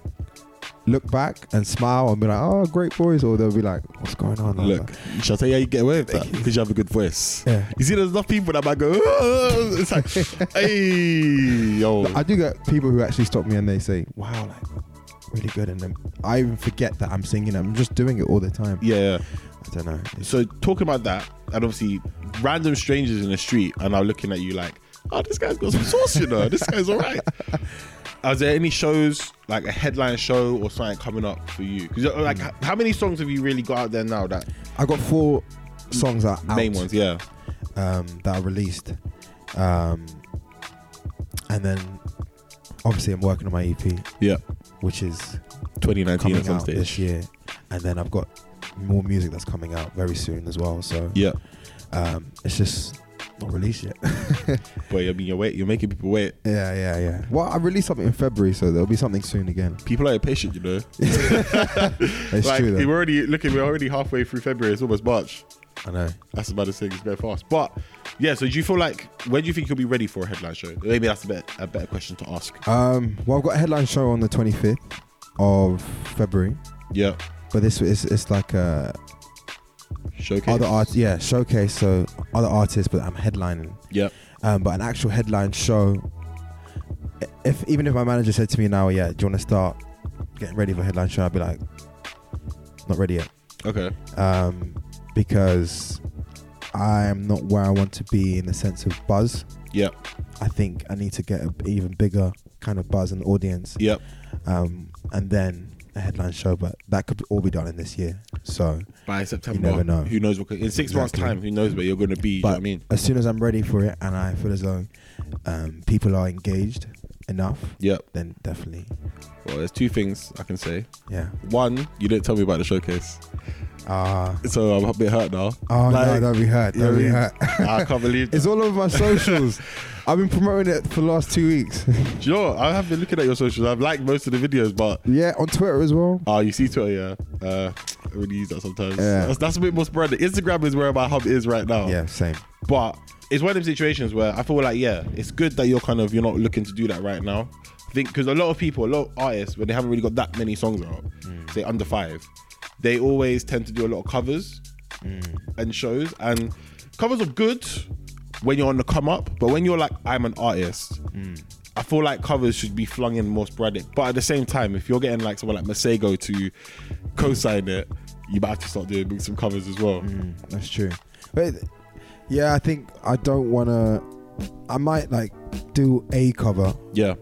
[SPEAKER 3] look back and smile and be like, "Oh, great voice," or they'll be like, "What's going on?" I'm
[SPEAKER 2] Look,
[SPEAKER 3] like,
[SPEAKER 2] shall I tell you how you get away with that? Because you have a good voice.
[SPEAKER 3] Yeah.
[SPEAKER 2] You see, there's enough people that might go, "Oh," it's
[SPEAKER 3] <laughs>
[SPEAKER 2] like, hey, yo.
[SPEAKER 3] I do get people who actually stop me and they say, "Wow, like really good," and then I even forget that I'm singing. I'm just doing it all the time.
[SPEAKER 2] yeah.
[SPEAKER 3] I don't know. It's-
[SPEAKER 2] So talking about that, and obviously random strangers in the street are now looking at you like, oh, this guy's got some sauce, you know. This guy's all
[SPEAKER 3] <laughs>
[SPEAKER 2] right. Are there any shows like a headline show or something coming up for you? Because like, h-
[SPEAKER 3] Mm.
[SPEAKER 2] how many songs have you really got out there now? That
[SPEAKER 3] I got four songs that are
[SPEAKER 2] main
[SPEAKER 3] out.
[SPEAKER 2] ones, yeah.
[SPEAKER 3] um, that are released. Um, and then obviously I'm working on my EP,
[SPEAKER 2] Yeah.
[SPEAKER 3] which is
[SPEAKER 2] 2019
[SPEAKER 3] coming
[SPEAKER 2] at some
[SPEAKER 3] out this
[SPEAKER 2] stage.
[SPEAKER 3] year. And then I've got more music that's coming out very soon as well. So
[SPEAKER 2] Yeah.
[SPEAKER 3] um, it's just not released yet. <laughs>
[SPEAKER 2] But I mean, you're wait, you're making people wait.
[SPEAKER 3] yeah, yeah, yeah. Well, I released something in February, so there'll be something soon again.
[SPEAKER 2] People are impatient, you know. <laughs>
[SPEAKER 3] <laughs> It's
[SPEAKER 2] like
[SPEAKER 3] true.
[SPEAKER 2] we're
[SPEAKER 3] Though.
[SPEAKER 2] already looking. We're already halfway through February. It's almost March.
[SPEAKER 3] I know.
[SPEAKER 2] That's about as thing. It's very fast. But yeah, so do you feel like when do you think you'll be ready for a headline show? Maybe that's a better, a better question to ask.
[SPEAKER 3] Um, well, I've got a headline show on the 25th of February,
[SPEAKER 2] Yeah,
[SPEAKER 3] but this is it's like a
[SPEAKER 2] showcase.
[SPEAKER 3] other art, yeah, showcase. So other artists, but I'm headlining.
[SPEAKER 2] Yeah,
[SPEAKER 3] um, but an actual headline show. If even if my manager said to me now, yeah, do you want to start getting ready for a headline show? I'd be like, not ready yet,
[SPEAKER 2] okay.
[SPEAKER 3] um, because I am not where I want to be in the sense of buzz.
[SPEAKER 2] Yeah,
[SPEAKER 3] I think I need to get an even bigger kind of buzz and audience,
[SPEAKER 2] yeah.
[SPEAKER 3] um, and then a headline show. But that could all be done in this year. So,
[SPEAKER 2] By September,
[SPEAKER 3] never know.
[SPEAKER 2] who knows what? could- In six months'
[SPEAKER 3] Exactly.
[SPEAKER 2] time, who knows where you're going to be? you know
[SPEAKER 3] but
[SPEAKER 2] what I mean,
[SPEAKER 3] as soon as I'm ready for it, and I feel as though um, people are engaged enough,
[SPEAKER 2] yeah.
[SPEAKER 3] then definitely,
[SPEAKER 2] Well, there's two things I can say.
[SPEAKER 3] yeah.
[SPEAKER 2] One, you didn't tell me about the showcase,
[SPEAKER 3] Ah.
[SPEAKER 2] so I'm a bit hurt now.
[SPEAKER 3] oh no,
[SPEAKER 2] Like,
[SPEAKER 3] don't be hurt.
[SPEAKER 2] you know
[SPEAKER 3] Don't be
[SPEAKER 2] what
[SPEAKER 3] hurt. <laughs>
[SPEAKER 2] I mean? I can't believe
[SPEAKER 3] it's
[SPEAKER 2] that.
[SPEAKER 3] all over my socials. I've been promoting it for the last two weeks. <laughs>
[SPEAKER 2] Do you know what? I have been looking at your socials. I've liked most of the videos, but
[SPEAKER 3] yeah, on Twitter as well.
[SPEAKER 2] Oh, you see Twitter, yeah. Uh, I really use that sometimes.
[SPEAKER 3] Yeah.
[SPEAKER 2] That's, that's a bit more sporadic. Instagram is where my hub is right now.
[SPEAKER 3] Yeah, same.
[SPEAKER 2] But it's one of them situations where I feel like, yeah, it's good that you're kind of you're not looking to do that right now. I think because a lot of people, a lot of artists, when they haven't really got that many songs out, say under five, they always tend to do a lot of covers and shows. And covers are good when you're on the come up, but when you're like, I'm an artist. I feel like covers should be flung in more sporadic, but at the same time, if you're getting like someone like Masego to co-sign it, you might have to start doing some covers as well.
[SPEAKER 3] Mm, That's true. But yeah, I think I don't want to. I might like do a cover
[SPEAKER 2] Yeah,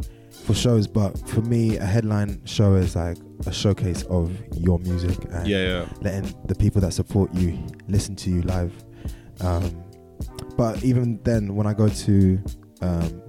[SPEAKER 3] for shows, but for me, a headline show is like a showcase of your music and
[SPEAKER 2] yeah, yeah.
[SPEAKER 3] letting the people that support you listen to you live. Um, but even then, when I go to, um,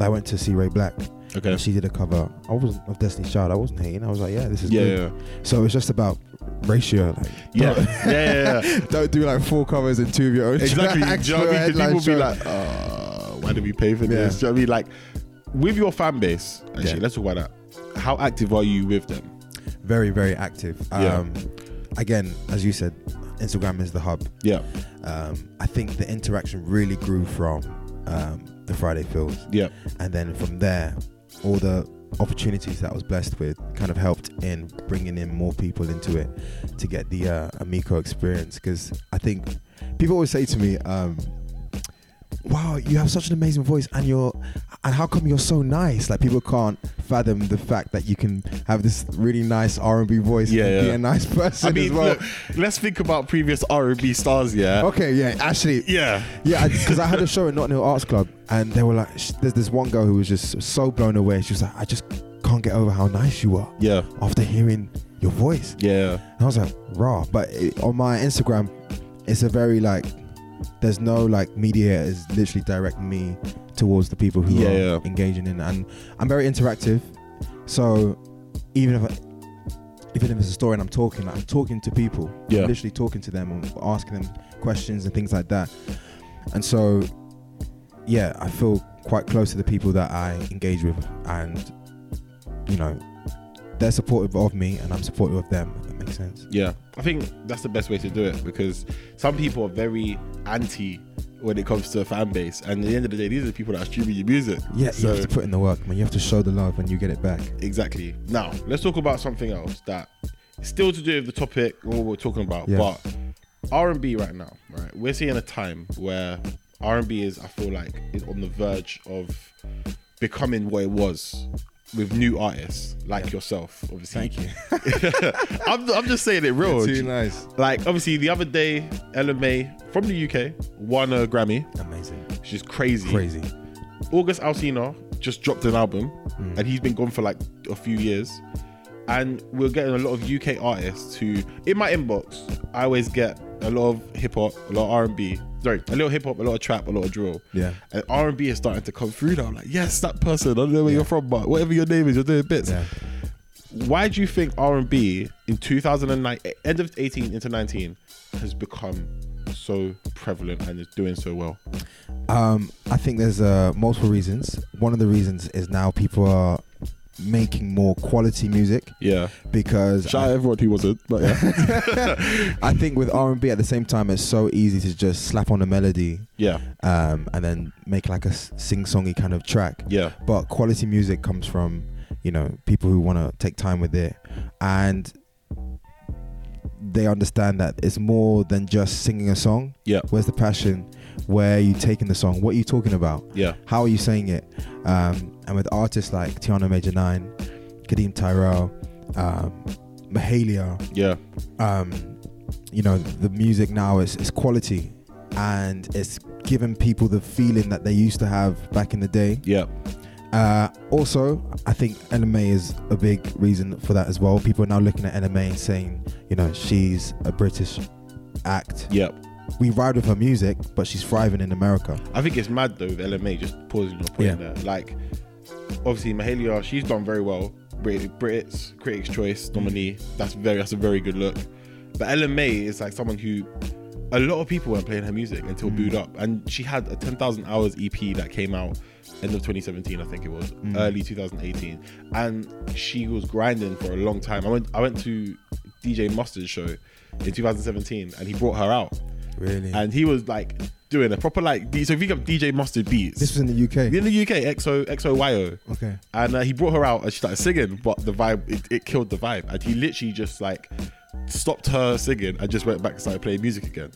[SPEAKER 3] I went to see Ray Black.
[SPEAKER 2] Okay.
[SPEAKER 3] And she did a cover. I wasn't of Destiny's Child. I wasn't hating. I was like, yeah, this is
[SPEAKER 2] Yeah,
[SPEAKER 3] good. So it's just about ratio. Like,
[SPEAKER 2] Yeah,
[SPEAKER 3] don't-
[SPEAKER 2] yeah, yeah,
[SPEAKER 3] <laughs>
[SPEAKER 2] yeah.
[SPEAKER 3] Don't do like four covers and two of your own. <laughs>
[SPEAKER 2] Exactly.
[SPEAKER 3] tracks
[SPEAKER 2] Do you know what
[SPEAKER 3] for a
[SPEAKER 2] I mean? 'Cause people
[SPEAKER 3] headline
[SPEAKER 2] be
[SPEAKER 3] show.
[SPEAKER 2] like, uh, why did we pay for this?
[SPEAKER 3] Yeah.
[SPEAKER 2] Do you know what I mean? Like, with your fan base, actually,
[SPEAKER 3] Yeah.
[SPEAKER 2] let's talk about that. How active are you with them?
[SPEAKER 3] very, very active.
[SPEAKER 2] Yeah.
[SPEAKER 3] Um, Again, as you said, Instagram is the hub.
[SPEAKER 2] Yeah,
[SPEAKER 3] um, I think the interaction really grew from um, the Friday Fills.
[SPEAKER 2] yeah,
[SPEAKER 3] And then from there, all the opportunities that I was blessed with kind of helped in bringing in more people into it to get the uh, Amico experience. Because I think people always say to me, um, "Wow, you have such an amazing voice, and you're, and how come you're so nice?" Like people can't fathom the fact that you can have this really nice R and B voice
[SPEAKER 2] Yeah,
[SPEAKER 3] and be
[SPEAKER 2] yeah.
[SPEAKER 3] a nice person
[SPEAKER 2] I mean,
[SPEAKER 3] as well.
[SPEAKER 2] look, let's think about previous R&B stars, yeah?
[SPEAKER 3] Okay, yeah, actually,
[SPEAKER 2] Yeah.
[SPEAKER 3] yeah, because I, had a show at Notting Hill Arts Club, and they were like, sh- "There's this one girl who was just so blown away. She was like, I just can't get over how nice you are
[SPEAKER 2] Yeah.
[SPEAKER 3] after hearing your voice."
[SPEAKER 2] Yeah.
[SPEAKER 3] And I was like, "Raw," but it, on my Instagram, it's a very like, there's no like media is literally direct me towards the people who
[SPEAKER 2] Yeah,
[SPEAKER 3] are
[SPEAKER 2] yeah.
[SPEAKER 3] engaging in, and I'm very interactive. So even if I, even if it's a story and I'm talking, like, I'm talking to people,
[SPEAKER 2] Yeah.
[SPEAKER 3] I'm literally talking to them and asking them questions and things like that. And so, yeah, I feel quite close to the people that I engage with, and you know, they're supportive of me and I'm supportive of them. If that makes sense.
[SPEAKER 2] Yeah, I think that's the best way to do it because some people are very anti when it comes to a fan base, and at the end of the day, these are the people that are streaming your music.
[SPEAKER 3] Yeah, you
[SPEAKER 2] so
[SPEAKER 3] have to put in the work, man. You have to show the love, and you get it back.
[SPEAKER 2] exactly. Now let's talk about something else that still to do with the topic what we're talking about,
[SPEAKER 3] Yeah.
[SPEAKER 2] but R and B right now, right? We're seeing a time where R and B is, I feel like, is on the verge of becoming what it was with new artists like yourself. Obviously,
[SPEAKER 3] Thank
[SPEAKER 2] <laughs>
[SPEAKER 3] you.
[SPEAKER 2] I'm, I'm just saying it real.
[SPEAKER 3] You're too nice.
[SPEAKER 2] Like obviously the other day, Ella May from the UK won a Grammy,
[SPEAKER 3] Amazing.
[SPEAKER 2] which is crazy.
[SPEAKER 3] Crazy.
[SPEAKER 2] August Alsina just dropped an album, and he's been gone for like a few years. And we're getting a lot of UK artists who, in my inbox, I always get a lot of hip hop, a lot of R and B. Sorry, a little hip hop, a lot of trap, a lot of drill.
[SPEAKER 3] Yeah.
[SPEAKER 2] And R and B is starting to come through now. I'm like, yes, that person. I don't know where you're from, but whatever your name is, you're doing bits
[SPEAKER 3] Yeah.
[SPEAKER 2] why do you think R&B in 2009 end of 18 into 19 has become so prevalent and is doing so well
[SPEAKER 3] Um, I think there's uh, multiple reasons. One of the reasons is now people are making more quality music
[SPEAKER 2] yeah
[SPEAKER 3] because
[SPEAKER 2] shout out everyone who wasn't but yeah
[SPEAKER 3] I think with R and B at the same time, it's so easy to just slap on a melody
[SPEAKER 2] yeah
[SPEAKER 3] um, and then make like a s- sing-songy kind of track.
[SPEAKER 2] yeah
[SPEAKER 3] But quality music comes from you know people who want to take time with it, and they understand that it's more than just singing a song.
[SPEAKER 2] yeah
[SPEAKER 3] Where's the passion? Where are you taking the song? What are you talking about?
[SPEAKER 2] yeah
[SPEAKER 3] How are you saying it? Um, and with artists like Tiana Major Nine, Kadeem Tyrell, um, Mahalia,
[SPEAKER 2] yeah
[SPEAKER 3] um, you know, the music now is, is quality and it's giving people the feeling that they used to have back in the day.
[SPEAKER 2] yeah
[SPEAKER 3] Uh, also, I think NMA is a big reason for that as well. People are now looking at NMA and saying, you know, she's a British act.
[SPEAKER 2] yeah
[SPEAKER 3] We ride with her music, but she's thriving in America.
[SPEAKER 2] i think it's mad though with lma just pausing your point
[SPEAKER 3] Yeah.
[SPEAKER 2] there like obviously mahalia she's done very well Brit- brits critics
[SPEAKER 3] Mm.
[SPEAKER 2] choice nominee that's very that's a very good look but lma is like someone who a lot of people weren't playing her music until
[SPEAKER 3] Mm.
[SPEAKER 2] Booed Up, and she had a 10,000 hours EP that came out end of 2017, I think it was,
[SPEAKER 3] Mm.
[SPEAKER 2] early 2018, and she was grinding for a long time. I went, I went to DJ Mustard's show in 2017, and he brought her out,
[SPEAKER 3] Really?
[SPEAKER 2] and he was like doing a proper like, D- so if you think of DJ Mustard beats,
[SPEAKER 3] This was in the UK.
[SPEAKER 2] in the UK, XO, XOYO.
[SPEAKER 3] Okay.
[SPEAKER 2] And uh, he brought her out and she started singing, but the vibe, it, it killed the vibe. And he literally just like stopped her singing and just went back and started playing music again.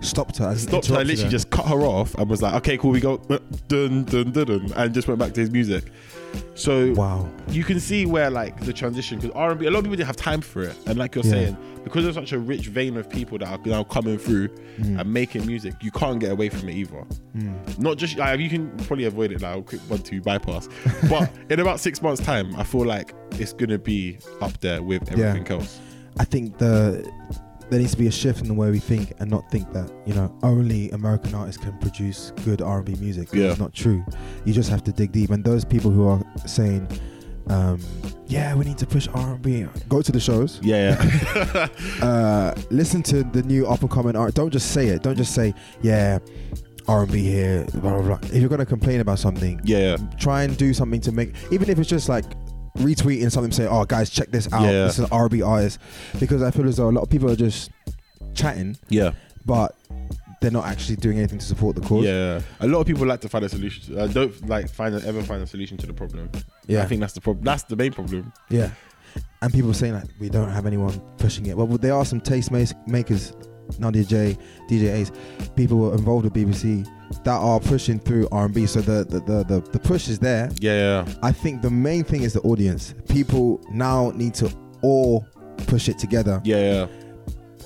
[SPEAKER 3] Stopped her. as in
[SPEAKER 2] Stopped her,
[SPEAKER 3] interrupted
[SPEAKER 2] literally just cut her off and was like, okay, cool, we go, uh, dun, dun, dun, dun, and just went back to his music. So
[SPEAKER 3] Wow.
[SPEAKER 2] you can see where like the transition because R&B a lot of people didn't have time for it and like you're
[SPEAKER 3] Yeah.
[SPEAKER 2] saying because there's such a rich vein of people that are now coming through
[SPEAKER 3] Mm.
[SPEAKER 2] and making music you can't get away from it either not just like you can probably avoid it like a quick one two bypass <laughs> but in about six months time I feel like it's gonna be up there with everything else
[SPEAKER 3] I think the there needs to be a shift in the way we think and not think that you know only American artists can produce good R and B music. 'cause
[SPEAKER 2] Yeah.
[SPEAKER 3] It's not true. You just have to dig deep. And those people who are saying, um, "Yeah, we need to push R and B," go to the shows.
[SPEAKER 2] yeah yeah <laughs>
[SPEAKER 3] Uh, listen to the new up and coming art. Don't just say it. Don't just say, "Yeah, R and B here." Blah blah blah. If you're gonna complain about something,
[SPEAKER 2] yeah yeah
[SPEAKER 3] try and do something to make even if it's just like retweeting something say oh guys check this out
[SPEAKER 2] Yeah.
[SPEAKER 3] this is an rb artist because i feel as though a lot of people are just chatting
[SPEAKER 2] yeah
[SPEAKER 3] but they're not actually doing anything to support the cause.
[SPEAKER 2] Yeah, a lot of people like to find a solution. Uh, don't like find ever find a solution to the problem.
[SPEAKER 3] Yeah.
[SPEAKER 2] I think that's the problem. That's the main problem.
[SPEAKER 3] Yeah. And people were saying that we don't have anyone pushing it. Well, there are some taste mas- makers, Nadia J, DJ Ace, people who are involved with BBC that are pushing through R&B. So the the, the, the the push is there.
[SPEAKER 2] Yeah,
[SPEAKER 3] I think the main thing is the audience. People now need to all push it together.
[SPEAKER 2] yeah,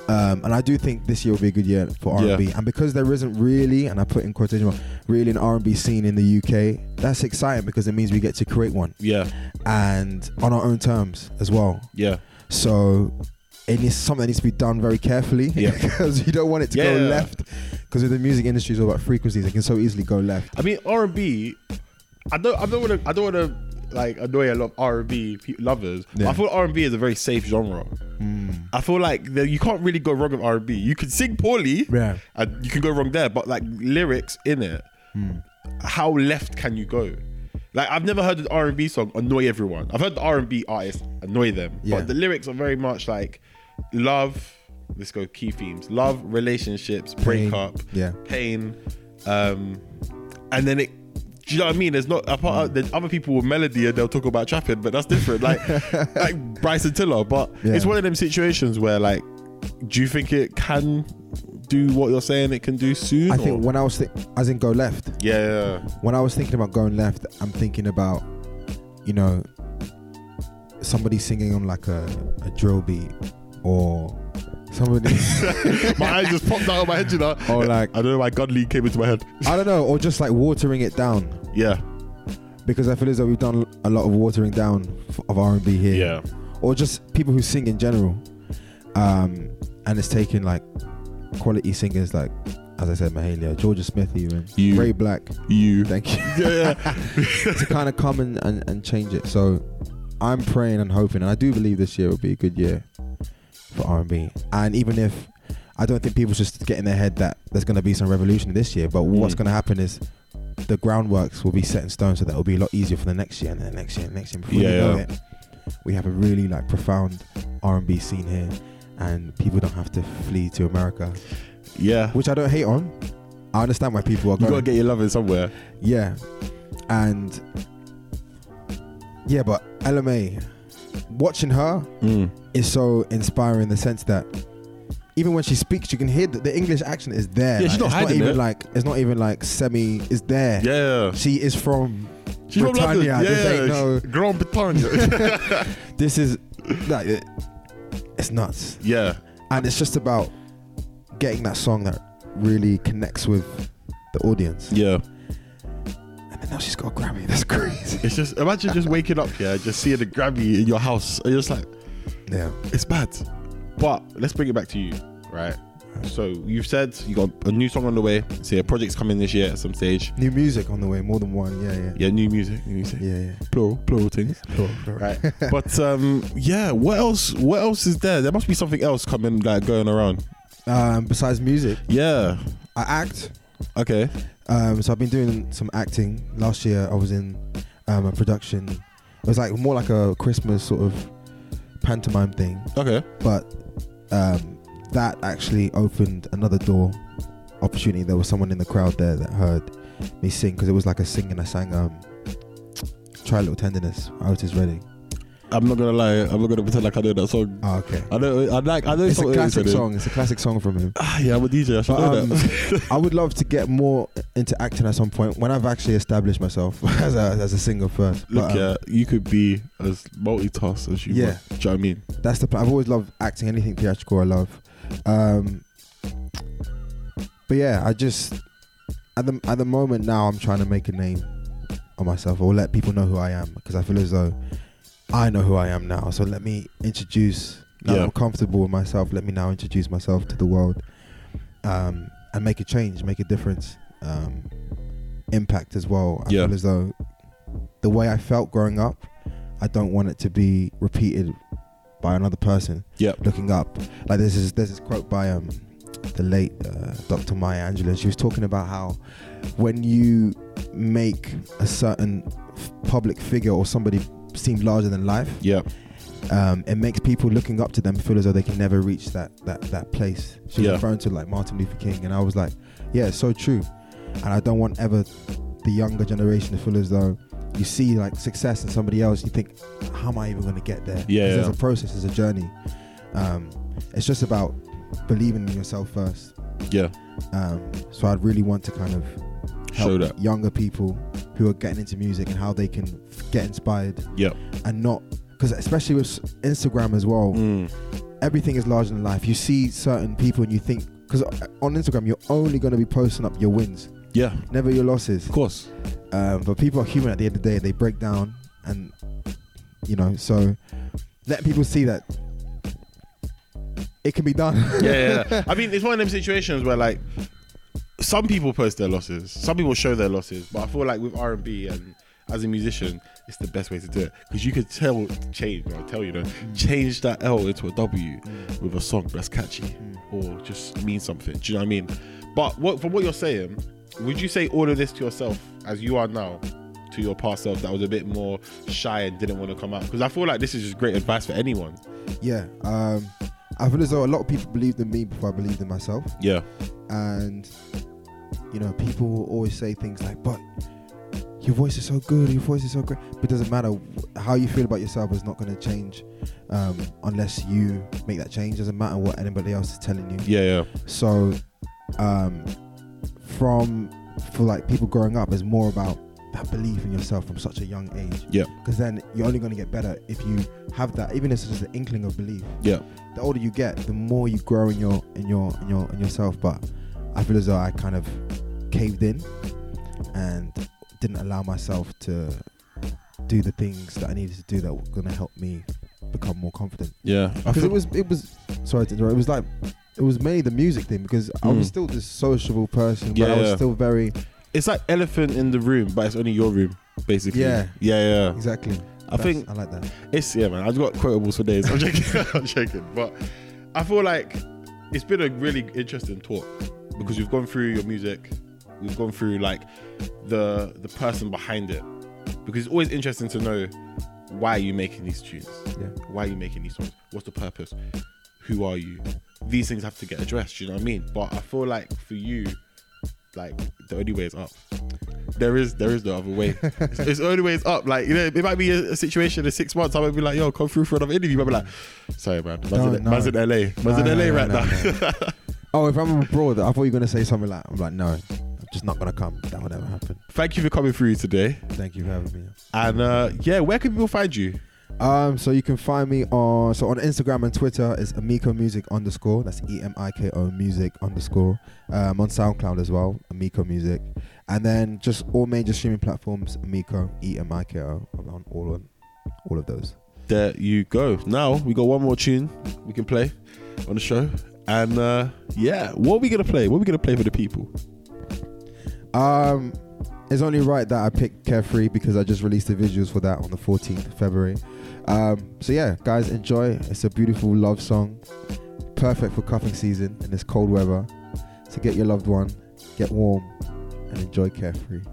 [SPEAKER 3] Um, and I do think this year will be a good year for
[SPEAKER 2] Yeah.
[SPEAKER 3] R&B. And because there isn't really, and I put in quotation mark, really an R&B scene in the UK, that's exciting because it means we get to create one
[SPEAKER 2] yeah,
[SPEAKER 3] and on our own terms as well.
[SPEAKER 2] yeah,
[SPEAKER 3] So it is something that needs to be done very carefully <laughs>
[SPEAKER 2] Yeah.
[SPEAKER 3] because you don't want it to go
[SPEAKER 2] Yeah.
[SPEAKER 3] left. Because with the music industry, it's all about frequencies. It can so easily go left.
[SPEAKER 2] I mean R and B. I don't. I don't want to. I don't want to like annoy a lot of R and B lovers. but
[SPEAKER 3] Yeah. Hmm.
[SPEAKER 2] I feel R and B is a very safe genre. I feel like the, you can't really go wrong with R and B. You can sing poorly,
[SPEAKER 3] Yeah.
[SPEAKER 2] and you can go wrong there. But like lyrics in it,
[SPEAKER 3] Hmm.
[SPEAKER 2] how left can you go? Like I've never heard an R and B song annoy everyone. I've heard the R and B artists annoy them,
[SPEAKER 3] Yeah.
[SPEAKER 2] but the lyrics are very much like love. Let's go key themes: love, relationships,
[SPEAKER 3] Pain.
[SPEAKER 2] breakup,
[SPEAKER 3] Yeah.
[SPEAKER 2] pain, um, and then it. Do you know what I mean? There's not apart. uh, There's other people with melody and they'll talk about trapping, but that's different.
[SPEAKER 3] <laughs>
[SPEAKER 2] Like like Bryson Tiller, but
[SPEAKER 3] Yeah.
[SPEAKER 2] it's one of them situations where like, do you think it can do what you're saying it can do soon?
[SPEAKER 3] I
[SPEAKER 2] or-
[SPEAKER 3] think when I was thi- as in go left,
[SPEAKER 2] yeah, yeah,
[SPEAKER 3] when I was thinking about going left, I'm thinking about, you know, somebody singing on like a, a drill beat or
[SPEAKER 2] <laughs>
[SPEAKER 3] somebody,
[SPEAKER 2] yeah. my eyes just popped out of my head, you know.
[SPEAKER 3] Or Oh, like-
[SPEAKER 2] I don't know why God League came into my head.
[SPEAKER 3] I don't know, or just like watering it down
[SPEAKER 2] Yeah,
[SPEAKER 3] because I feel as though we've done a lot of watering down f- of R&B here.
[SPEAKER 2] yeah,
[SPEAKER 3] or just people who sing in general. Um, and it's taken like quality singers like, as I said, Mahalia, Georgia Smith, even
[SPEAKER 2] You.
[SPEAKER 3] Ray Black.
[SPEAKER 2] you.
[SPEAKER 3] Thank you
[SPEAKER 2] Yeah,
[SPEAKER 3] <laughs> to kind of come and, and, and change it. So I'm praying and hoping, and I do believe this year will be a good year for R&B. And even if I don't think people should get in their head that there's going to be some revolution this year, but what's
[SPEAKER 2] Mm.
[SPEAKER 3] going to happen is the groundworks will be set in stone, so that will be a lot easier for the next year and the next year and next year. Before you
[SPEAKER 2] Yeah,
[SPEAKER 3] know
[SPEAKER 2] yeah.
[SPEAKER 3] it, we have a really like profound R&B scene here, and people don't have to flee to America,
[SPEAKER 2] yeah.
[SPEAKER 3] which I don't hate on. I understand why people are
[SPEAKER 2] You
[SPEAKER 3] going.
[SPEAKER 2] gotta get your loving somewhere.
[SPEAKER 3] Yeah. And yeah, but LMA, watching her
[SPEAKER 2] Mm.
[SPEAKER 3] is so inspiring in the sense that even when she speaks, you can hear that the English accent is there.
[SPEAKER 2] Yeah, she's
[SPEAKER 3] Like,
[SPEAKER 2] not
[SPEAKER 3] it's
[SPEAKER 2] hiding
[SPEAKER 3] even
[SPEAKER 2] it.
[SPEAKER 3] like it's not even like semi is there.
[SPEAKER 2] Yeah.
[SPEAKER 3] She
[SPEAKER 2] <laughs>
[SPEAKER 3] is from
[SPEAKER 2] She's from London.
[SPEAKER 3] Britannia.
[SPEAKER 2] Yeah,
[SPEAKER 3] This ain't no-
[SPEAKER 2] Grand
[SPEAKER 3] <laughs>
[SPEAKER 2] Britannia.
[SPEAKER 3] this is like it, it's nuts.
[SPEAKER 2] yeah,
[SPEAKER 3] And it's just about getting that song that really connects with the audience.
[SPEAKER 2] yeah.
[SPEAKER 3] And then now she's got a Grammy. That's crazy.
[SPEAKER 2] It's just imagine just waking up, yeah, just seeing the Grammy in your house, and you're just like,
[SPEAKER 3] Yeah.
[SPEAKER 2] it's bad. But let's bring it back to you, right? So you've said you got a new song on the way. So your project's coming this year at some stage.
[SPEAKER 3] New music on the way, more than one. Yeah, yeah.
[SPEAKER 2] Yeah, new music, new music.
[SPEAKER 3] Yeah, yeah.
[SPEAKER 2] Plural, plural things.
[SPEAKER 3] Plural, plural. <laughs>
[SPEAKER 2] Right. but um yeah, what else what else is there? There must be something else coming like going around.
[SPEAKER 3] Um, besides music,
[SPEAKER 2] Yeah.
[SPEAKER 3] I act.
[SPEAKER 2] Okay.
[SPEAKER 3] Um, so I've been doing some acting. Last year, I was in um, a production. It was like more like a Christmas sort of pantomime thing,
[SPEAKER 2] Okay.
[SPEAKER 3] but um, that actually opened another door opportunity. There was someone in the crowd there that heard me sing because it was like a singing. I sang um, "Try a Little Tenderness" Otis Redding.
[SPEAKER 2] I'm not gonna lie, I'm not gonna pretend like I know that song.
[SPEAKER 3] Oh, okay.
[SPEAKER 2] I know I like I know
[SPEAKER 3] It's a
[SPEAKER 2] something
[SPEAKER 3] classic
[SPEAKER 2] is in it.
[SPEAKER 3] song. It's a classic song from him.
[SPEAKER 2] Ah, yeah, I'm a DJ, I should know
[SPEAKER 3] But, um,
[SPEAKER 2] that. <laughs>
[SPEAKER 3] I would love to get more into acting at some point when I've actually established myself <laughs> as a, as a singer first. But,
[SPEAKER 2] Look,
[SPEAKER 3] um,
[SPEAKER 2] yeah, you could be as multitask as you
[SPEAKER 3] Yeah.
[SPEAKER 2] want. Do you know what I mean?
[SPEAKER 3] that's the plan. I've always loved acting, anything theatrical I love. Um, but yeah, I just at the at the moment now I'm trying to make a name on myself or let people know who I am because I feel as though I know who I am now. So let me introduce. Now that
[SPEAKER 2] Yeah.
[SPEAKER 3] I'm comfortable with myself. Let me now introduce myself to the world um, and make a change, make a difference, um, impact as well. I
[SPEAKER 2] Yeah.
[SPEAKER 3] feel as though the way I felt growing up, I don't want it to be repeated by another person
[SPEAKER 2] Yep.
[SPEAKER 3] looking up. Like this is there's this quote by um the late uh, Dr. Maya Angelou. She was talking about how when you make a certain f- public figure or somebody seem larger than life,
[SPEAKER 2] Yep.
[SPEAKER 3] um, it makes people looking up to them feel as though they can never reach that that that place. She was
[SPEAKER 2] Yeah.
[SPEAKER 3] referring to like Martin Luther King, and I was like, Yeah, it's so true. And I don't want ever the younger generation to feel as though you see like success in somebody else, you think, how am I even going to get there?
[SPEAKER 2] Yeah,
[SPEAKER 3] 'Cause
[SPEAKER 2] yeah.
[SPEAKER 3] There's a process, there's a journey. Um, it's just about believing in yourself first.
[SPEAKER 2] Yeah.
[SPEAKER 3] Um, so I'd really want to kind of help
[SPEAKER 2] Show that.
[SPEAKER 3] younger people who are getting into music and how they can f- get inspired
[SPEAKER 2] Yeah.
[SPEAKER 3] and not because especially with s- Instagram as well,
[SPEAKER 2] Mm.
[SPEAKER 3] everything is larger than life. You see certain people and you think because on Instagram you're only going to be posting up your wins,
[SPEAKER 2] Yeah.
[SPEAKER 3] never your losses.
[SPEAKER 2] Of course.
[SPEAKER 3] Um, but people are human at the end of the day; they break down, and you know, so let people see that it can be done.
[SPEAKER 2] yeah, yeah. I mean, it's one of them situations where like some people post their losses, some people show their losses, but I feel like with R and B and as a musician, it's the best way to do it because you could tell change. I tell you, you know, change that L into a W with a song that's catchy or just means something. Do you know what I mean? But what from what you're saying, would you say all of this to yourself as you are now? To your past self that was a bit more shy and didn't want to come out because I feel like this is just great advice for anyone.
[SPEAKER 3] <laughs> yeah, um, I feel as though a lot of people believed in me before I believed in myself.
[SPEAKER 2] Yeah,
[SPEAKER 3] and you know people will always say things like but your voice is so good your voice is so great but it doesn't matter how you feel about yourself is not going to change um, unless you make that change doesn't matter what anybody else is telling you
[SPEAKER 2] yeah, yeah.
[SPEAKER 3] so um, from for like people growing up is more about that belief in yourself from such a young age
[SPEAKER 2] Yeah.
[SPEAKER 3] because then you're only going to get better if you have that even if it's just an inkling of belief
[SPEAKER 2] Yeah.
[SPEAKER 3] the older you get, the more you grow in your in your in your in yourself. But I feel as though I kind of caved in and didn't allow myself to do the things that I needed to do that were gonna help me become more confident.
[SPEAKER 2] Yeah, I
[SPEAKER 3] Because
[SPEAKER 2] feel-
[SPEAKER 3] it was it was sorry to interrupt. It was like it was mainly the music thing because I was
[SPEAKER 2] Mm.
[SPEAKER 3] still this sociable person, but
[SPEAKER 2] Yeah,
[SPEAKER 3] I was
[SPEAKER 2] yeah.
[SPEAKER 3] still very
[SPEAKER 2] it's like elephant in the room, but it's only your room, basically.
[SPEAKER 3] Yeah.
[SPEAKER 2] yeah, yeah.
[SPEAKER 3] exactly.
[SPEAKER 2] I
[SPEAKER 3] That's-
[SPEAKER 2] think
[SPEAKER 3] I like that.
[SPEAKER 2] it's yeah, man. I've got quotables for days. I'm joking, <laughs> I'm joking, but I feel like it's been a really interesting talk because we've gone through your music, we've gone through like the the person behind it, because it's always interesting to know why are you making these tunes,
[SPEAKER 3] Yeah.
[SPEAKER 2] why are you making these songs, what's the purpose, who are you? These things have to get addressed. You know what I mean? But I feel like for you, like the only way is up. There is there is no other way. it's, it's the only way is up. Like you know, it might be a, a situation in six months. I might be like, yo, come through for another interview. I'll be like, sorry, man. Man's,
[SPEAKER 3] No,
[SPEAKER 2] in,
[SPEAKER 3] no.
[SPEAKER 2] man's in LA. Man's
[SPEAKER 3] No,
[SPEAKER 2] in
[SPEAKER 3] no,
[SPEAKER 2] LA
[SPEAKER 3] no,
[SPEAKER 2] right
[SPEAKER 3] no,
[SPEAKER 2] now.
[SPEAKER 3] Oh, if I'm abroad, I thought you were gonna say something like I'm like no, I'm just not gonna come. That would never happen.
[SPEAKER 2] <laughs> Thank you for coming through today.
[SPEAKER 3] Thank you for having me.
[SPEAKER 2] And uh, yeah, where can people find you?
[SPEAKER 3] Um, so you can find me on so on Instagram and Twitter it's Amiko Music underscore. That's E M I K O Music underscore. Um, on SoundCloud as well, Amiko Music, and then just all major streaming platforms, Amiko E M I K O. I'm on all on all of those.
[SPEAKER 2] There you go. Now we got one more tune we can play on the show. And uh, yeah, what are we gonna play? What are we gonna play for the people?
[SPEAKER 3] Um, it's only right that I picked Carefree because I just released the visuals for that on the 14th of February. Um, so yeah, guys, enjoy. It's a beautiful love song, perfect for cuffing season in this cold weather. So get your loved one, get warm, and enjoy Carefree.